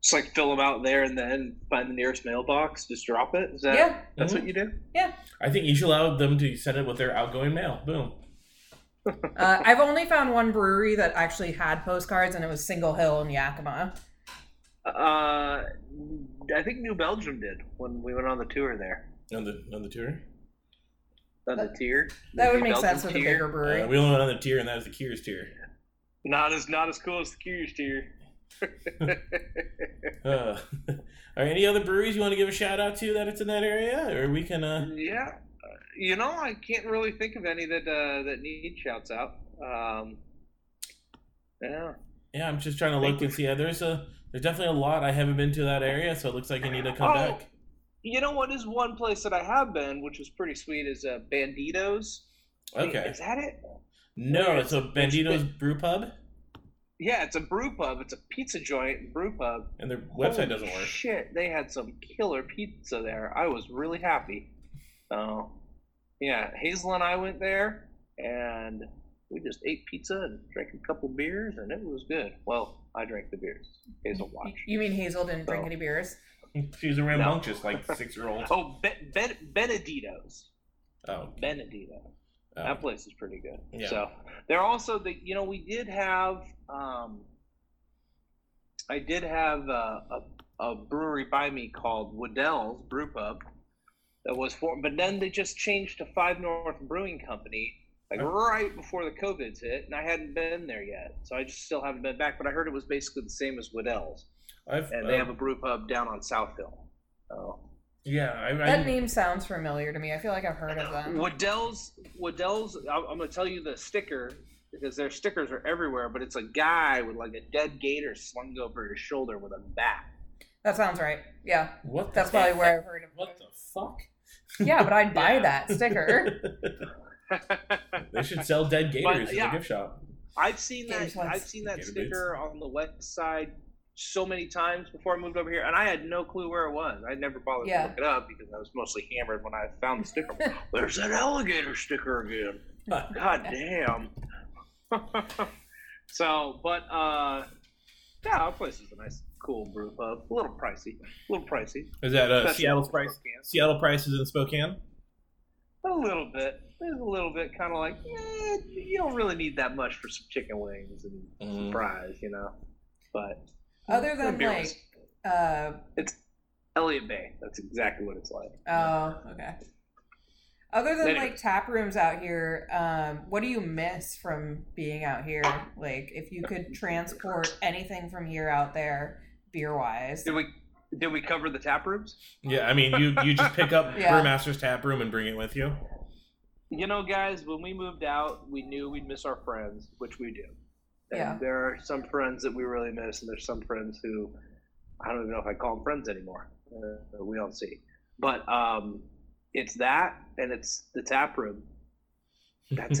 Speaker 3: Just like fill them out there and then find the nearest mailbox. Just drop it. Is
Speaker 1: [laughs]
Speaker 3: that?
Speaker 4: yeah.
Speaker 3: That's what you do.
Speaker 1: Mm-hmm. i think you should allow them to send it with their outgoing mail boom
Speaker 4: Uh, I've only found one brewery that actually had postcards, and it was Single Hill in Yakima.
Speaker 3: Uh, I think New Belgium did when we went on the tour there.
Speaker 1: on the on the tour
Speaker 3: On the
Speaker 4: That-
Speaker 3: tier.
Speaker 4: That would
Speaker 3: New
Speaker 4: make
Speaker 3: Belgium
Speaker 4: sense with a
Speaker 3: tier.
Speaker 4: bigger brewery.
Speaker 1: Uh, we only went on the tier, and that was the Cures tier.
Speaker 3: Not as not as cool as the
Speaker 1: [laughs]
Speaker 3: Curious tier. [laughs]
Speaker 1: Uh, [laughs] are any other breweries you want to give a shout out to that it's in that area, or we can? Uh,
Speaker 3: Yeah, Uh, you know I can't really think of any that uh, that need shouts out. Um, yeah,
Speaker 1: yeah, I'm just trying to look and see. Yeah, there's a there's definitely a lot I haven't been to that area, so it looks like I need to come
Speaker 3: Oh.
Speaker 1: back.
Speaker 3: you know what is one place that I have been, which was pretty sweet, is uh, Banditos. Wait,
Speaker 1: Okay,
Speaker 3: is that it?
Speaker 1: no, it's a
Speaker 3: It's- it's-
Speaker 1: Banditos Brew Pub,
Speaker 3: Yeah, it's a brew pub. It's a pizza joint and brew pub.
Speaker 1: and their website
Speaker 3: Holy
Speaker 1: doesn't work.
Speaker 3: Shit, they had some killer pizza there. I was really happy. So, yeah, Hazel and I went there, and we just ate pizza and drank a couple beers, and it was good. Well, I drank the beers. Hazel
Speaker 4: Y-
Speaker 3: watched.
Speaker 4: You mean Hazel didn't drink
Speaker 3: Oh.
Speaker 4: any beers?
Speaker 1: [laughs] She's a rambunctious like six year old.
Speaker 3: Oh, Be- Be- Benedito's.
Speaker 1: Oh,
Speaker 3: Benedito.
Speaker 1: oh.
Speaker 3: That place is pretty good.
Speaker 1: Yeah.
Speaker 3: So they're also the you know we did have um, I did have uh, a a brewery by me called Waddell's Brew Pub that was formed, but then they just changed to Five North Brewing Company like right before the COVID's hit, and I hadn't been there yet, so I just still haven't been back. But I heard it was basically the same as Waddell's,
Speaker 1: I've,
Speaker 3: and
Speaker 1: uh,
Speaker 3: they have a brew pub down on South Hill. So.
Speaker 1: yeah. I,
Speaker 4: That
Speaker 1: I,
Speaker 4: name sounds familiar to me. I feel like I've heard of them.
Speaker 3: Waddell's Waddell's. I'm, I'm gonna tell you the sticker because their stickers are everywhere. But it's a guy with like a dead gator slung over his shoulder with a bat.
Speaker 4: That sounds right. Yeah,
Speaker 1: what?
Speaker 4: that's
Speaker 1: the,
Speaker 4: probably where I've heard of
Speaker 1: [laughs] What the
Speaker 4: [laughs]
Speaker 1: fuck?
Speaker 4: them. Yeah, but I'd buy
Speaker 3: Yeah.
Speaker 4: that
Speaker 1: [laughs]
Speaker 4: sticker.
Speaker 1: They should sell dead gators at
Speaker 3: yeah.
Speaker 1: the gift shop.
Speaker 3: [laughs] I've seen
Speaker 4: Gator's
Speaker 3: that.
Speaker 4: once.
Speaker 3: I've seen that
Speaker 1: Gator
Speaker 3: sticker on the west side so many times before I moved over here, and I had no clue where it was. I never bothered
Speaker 4: Yeah.
Speaker 3: to look it up because I was mostly hammered when I found the
Speaker 4: [laughs]
Speaker 3: sticker. There's that alligator sticker again. God damn. [laughs] so, but uh, yeah, our place is a nice, cool brew pub. A little pricey, a little pricey.
Speaker 1: Is that uh,
Speaker 3: Especially
Speaker 1: Seattle
Speaker 3: for
Speaker 1: price?
Speaker 3: Spokane.
Speaker 1: Seattle prices in Spokane.
Speaker 3: A little bit. There's a little bit kind of like, eh, you don't really need that much for some chicken wings and some
Speaker 1: Mm.
Speaker 3: fries, you know. But
Speaker 4: Other
Speaker 3: the
Speaker 4: than
Speaker 3: beer
Speaker 4: like,
Speaker 3: was-
Speaker 4: uh,
Speaker 3: it's Elliott Bay. That's exactly what it's like.
Speaker 4: oh, okay. Other than
Speaker 3: Anyway.
Speaker 4: like tap rooms out here, um, what do you miss from being out here? Like, if you could transport anything from here out there, beer wise.
Speaker 3: Did we did we cover the tap rooms?
Speaker 1: Yeah, I mean, you you just pick up
Speaker 4: [laughs] Yeah.
Speaker 1: Brewmaster's tap room and bring it with you. [laughs]
Speaker 3: You know, guys, when we moved out, we knew we'd miss our friends, which we do. And
Speaker 4: Yeah.
Speaker 3: there are some friends that we really miss, and there's some friends who I don't even know if I call them friends anymore. Uh, we don't see. But um, it's that, and it's the tap room. That's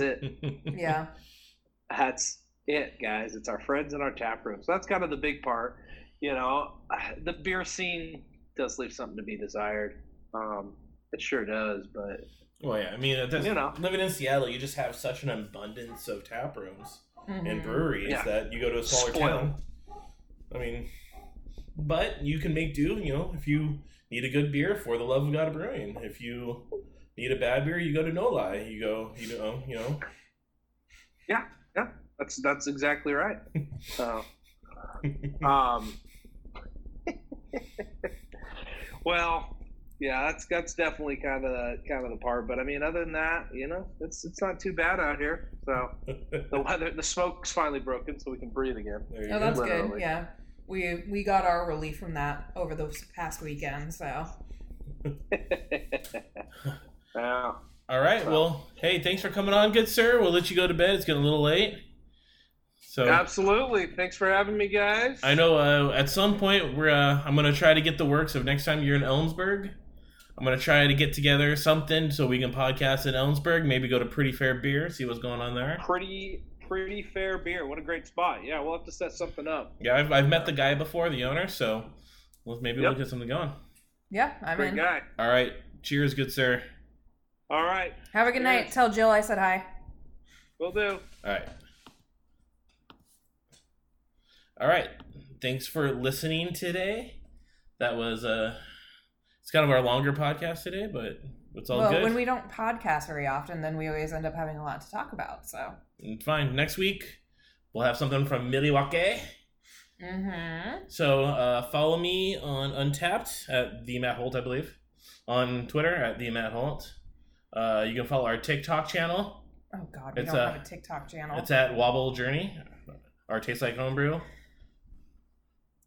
Speaker 1: [laughs]
Speaker 3: it.
Speaker 4: Yeah.
Speaker 3: [laughs] that's it, guys. It's our friends and our tap room. So that's kind of the big part. You know, the beer scene does leave something to be desired. Um, it sure does, but
Speaker 1: well, yeah, I mean, that's,
Speaker 3: You know.
Speaker 1: living in Seattle, you just have such an abundance of tap rooms and
Speaker 4: Mhm.
Speaker 1: breweries
Speaker 3: Mm, Yeah.
Speaker 1: that you go to a smaller
Speaker 3: Spoiled.
Speaker 1: town. I mean, but you can make do. You know, if you need a good beer for the love of God brewing, if you Need a bad beer? You go to Noli. You go, you know, you know. [laughs]
Speaker 3: That's that's
Speaker 1: [laughs]
Speaker 3: exactly right. So, um, well, yeah, that's that's definitely kind of the kind of the part. But I mean, other than that, you know, it's it's not too bad out here. So
Speaker 1: there
Speaker 3: the weather, the smoke's finally broken, so we can breathe again.
Speaker 1: you
Speaker 4: Oh, that's
Speaker 1: go.
Speaker 4: good.
Speaker 3: Literally.
Speaker 4: Yeah, we we got our relief from that over the past weekend. So
Speaker 3: yeah.
Speaker 1: All right. Well, hey, thanks for coming on, good sir. We'll let you go to bed. It's getting a little late. So
Speaker 3: Absolutely. Thanks for having me, guys.
Speaker 1: I know uh, at some point we're uh, I'm gonna try to get the works of next time you're in Elmsburg. I'm gonna try to get together something so we can podcast in Elmsburg. Maybe go to Pretty Fair Beer, see what's going on there.
Speaker 3: Pretty pretty fair beer. What a great spot. Yeah, we'll have to set something up.
Speaker 1: Yeah, I've, I've met the guy before, the owner. So let's maybe
Speaker 3: Yep.
Speaker 1: we'll get something going.
Speaker 4: yeah, I'm
Speaker 3: Great
Speaker 4: in.
Speaker 3: guy.
Speaker 1: All right. Cheers, good sir.
Speaker 3: All right,
Speaker 4: Have a good night. Tell Jill I said hi.
Speaker 3: we'll do.
Speaker 1: All right. All right. Thanks for listening today. That was uh it's kind of our longer podcast today, but it's all
Speaker 4: well,
Speaker 1: good.
Speaker 4: when we don't podcast very often, then we always end up having a lot to talk about. So.
Speaker 1: And Fine. Next week we'll have something from Milwaukee.
Speaker 4: Mm-hmm.
Speaker 1: So uh, follow me on Untapped at the Matt Holt, I believe. On Twitter at the Matt Holt. Uh, you can follow our TikTok channel.
Speaker 4: Oh God, we
Speaker 1: It's,
Speaker 4: don't
Speaker 1: uh,
Speaker 4: have a TikTok channel.
Speaker 1: It's at Wobble Journey. Our Taste Like Homebrew.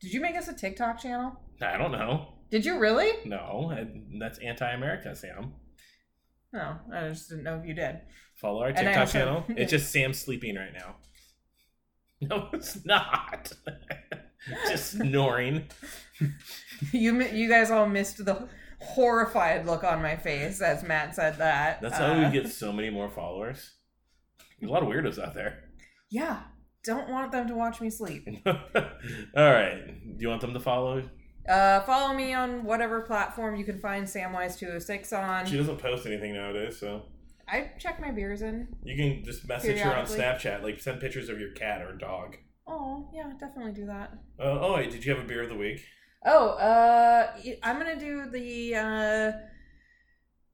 Speaker 4: Did you make us a TikTok channel?
Speaker 1: I don't know.
Speaker 4: Did you really?
Speaker 1: No, I- that's anti-America, Sam.
Speaker 4: No, I just didn't know if you did.
Speaker 1: Follow our
Speaker 4: And I
Speaker 1: TikTok
Speaker 4: also- [laughs]
Speaker 1: channel. It's just Sam sleeping right now. [laughs] No, it's not. [laughs] just snoring.
Speaker 4: [laughs] You mi- you guys all missed the horrified look on my face as Matt said that.
Speaker 1: That's
Speaker 4: Uh,
Speaker 1: how we get so many more followers. There's a lot of weirdos out there. [laughs]
Speaker 4: Yeah, don't want them to watch me sleep.
Speaker 1: All right. Do you want them to follow?
Speaker 4: Uh, follow me on whatever platform you can find Samwise206
Speaker 1: She
Speaker 4: on.
Speaker 1: doesn't post anything nowadays, so
Speaker 4: I check my beers in.
Speaker 1: you can just message her on
Speaker 4: Periodically.
Speaker 1: Snapchat, like send pictures of your cat or dog.
Speaker 4: Oh, yeah, definitely do that.
Speaker 1: Uh, oh, wait, did you have a beer of the week?
Speaker 4: Oh, uh, y- I'm gonna do the uh,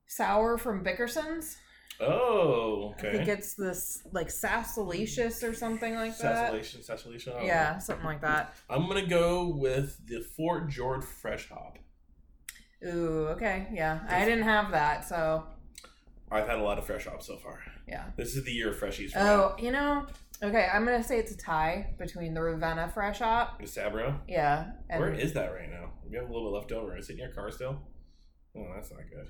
Speaker 4: sour from Bickerson's.
Speaker 1: Oh,
Speaker 4: I think
Speaker 1: okay.
Speaker 4: it's this like sassalicious or something like that.
Speaker 1: Sassalation, sassalation. I don't know.
Speaker 4: Yeah, something like that.
Speaker 1: oh. I'm gonna go with the Fort George Fresh Hop.
Speaker 4: Ooh, okay, yeah. I didn't have that, so
Speaker 1: I've had a lot of fresh hops so far.
Speaker 4: yeah.
Speaker 1: This is the year of freshies. For
Speaker 4: Oh, you know, okay. I'm gonna say it's a tie between the Ravenna Fresh Hop,
Speaker 1: me. Is Sabro.
Speaker 4: yeah, and
Speaker 1: Where is that right now? We have a little bit left over. Is it in your car still? Oh, that's not good.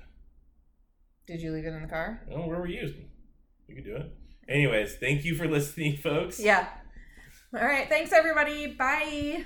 Speaker 4: did you leave it in the car?
Speaker 1: Oh, where were you? You could do it. Anyways, thank you for listening, folks.
Speaker 4: Yeah. All right. Thanks, everybody. Bye.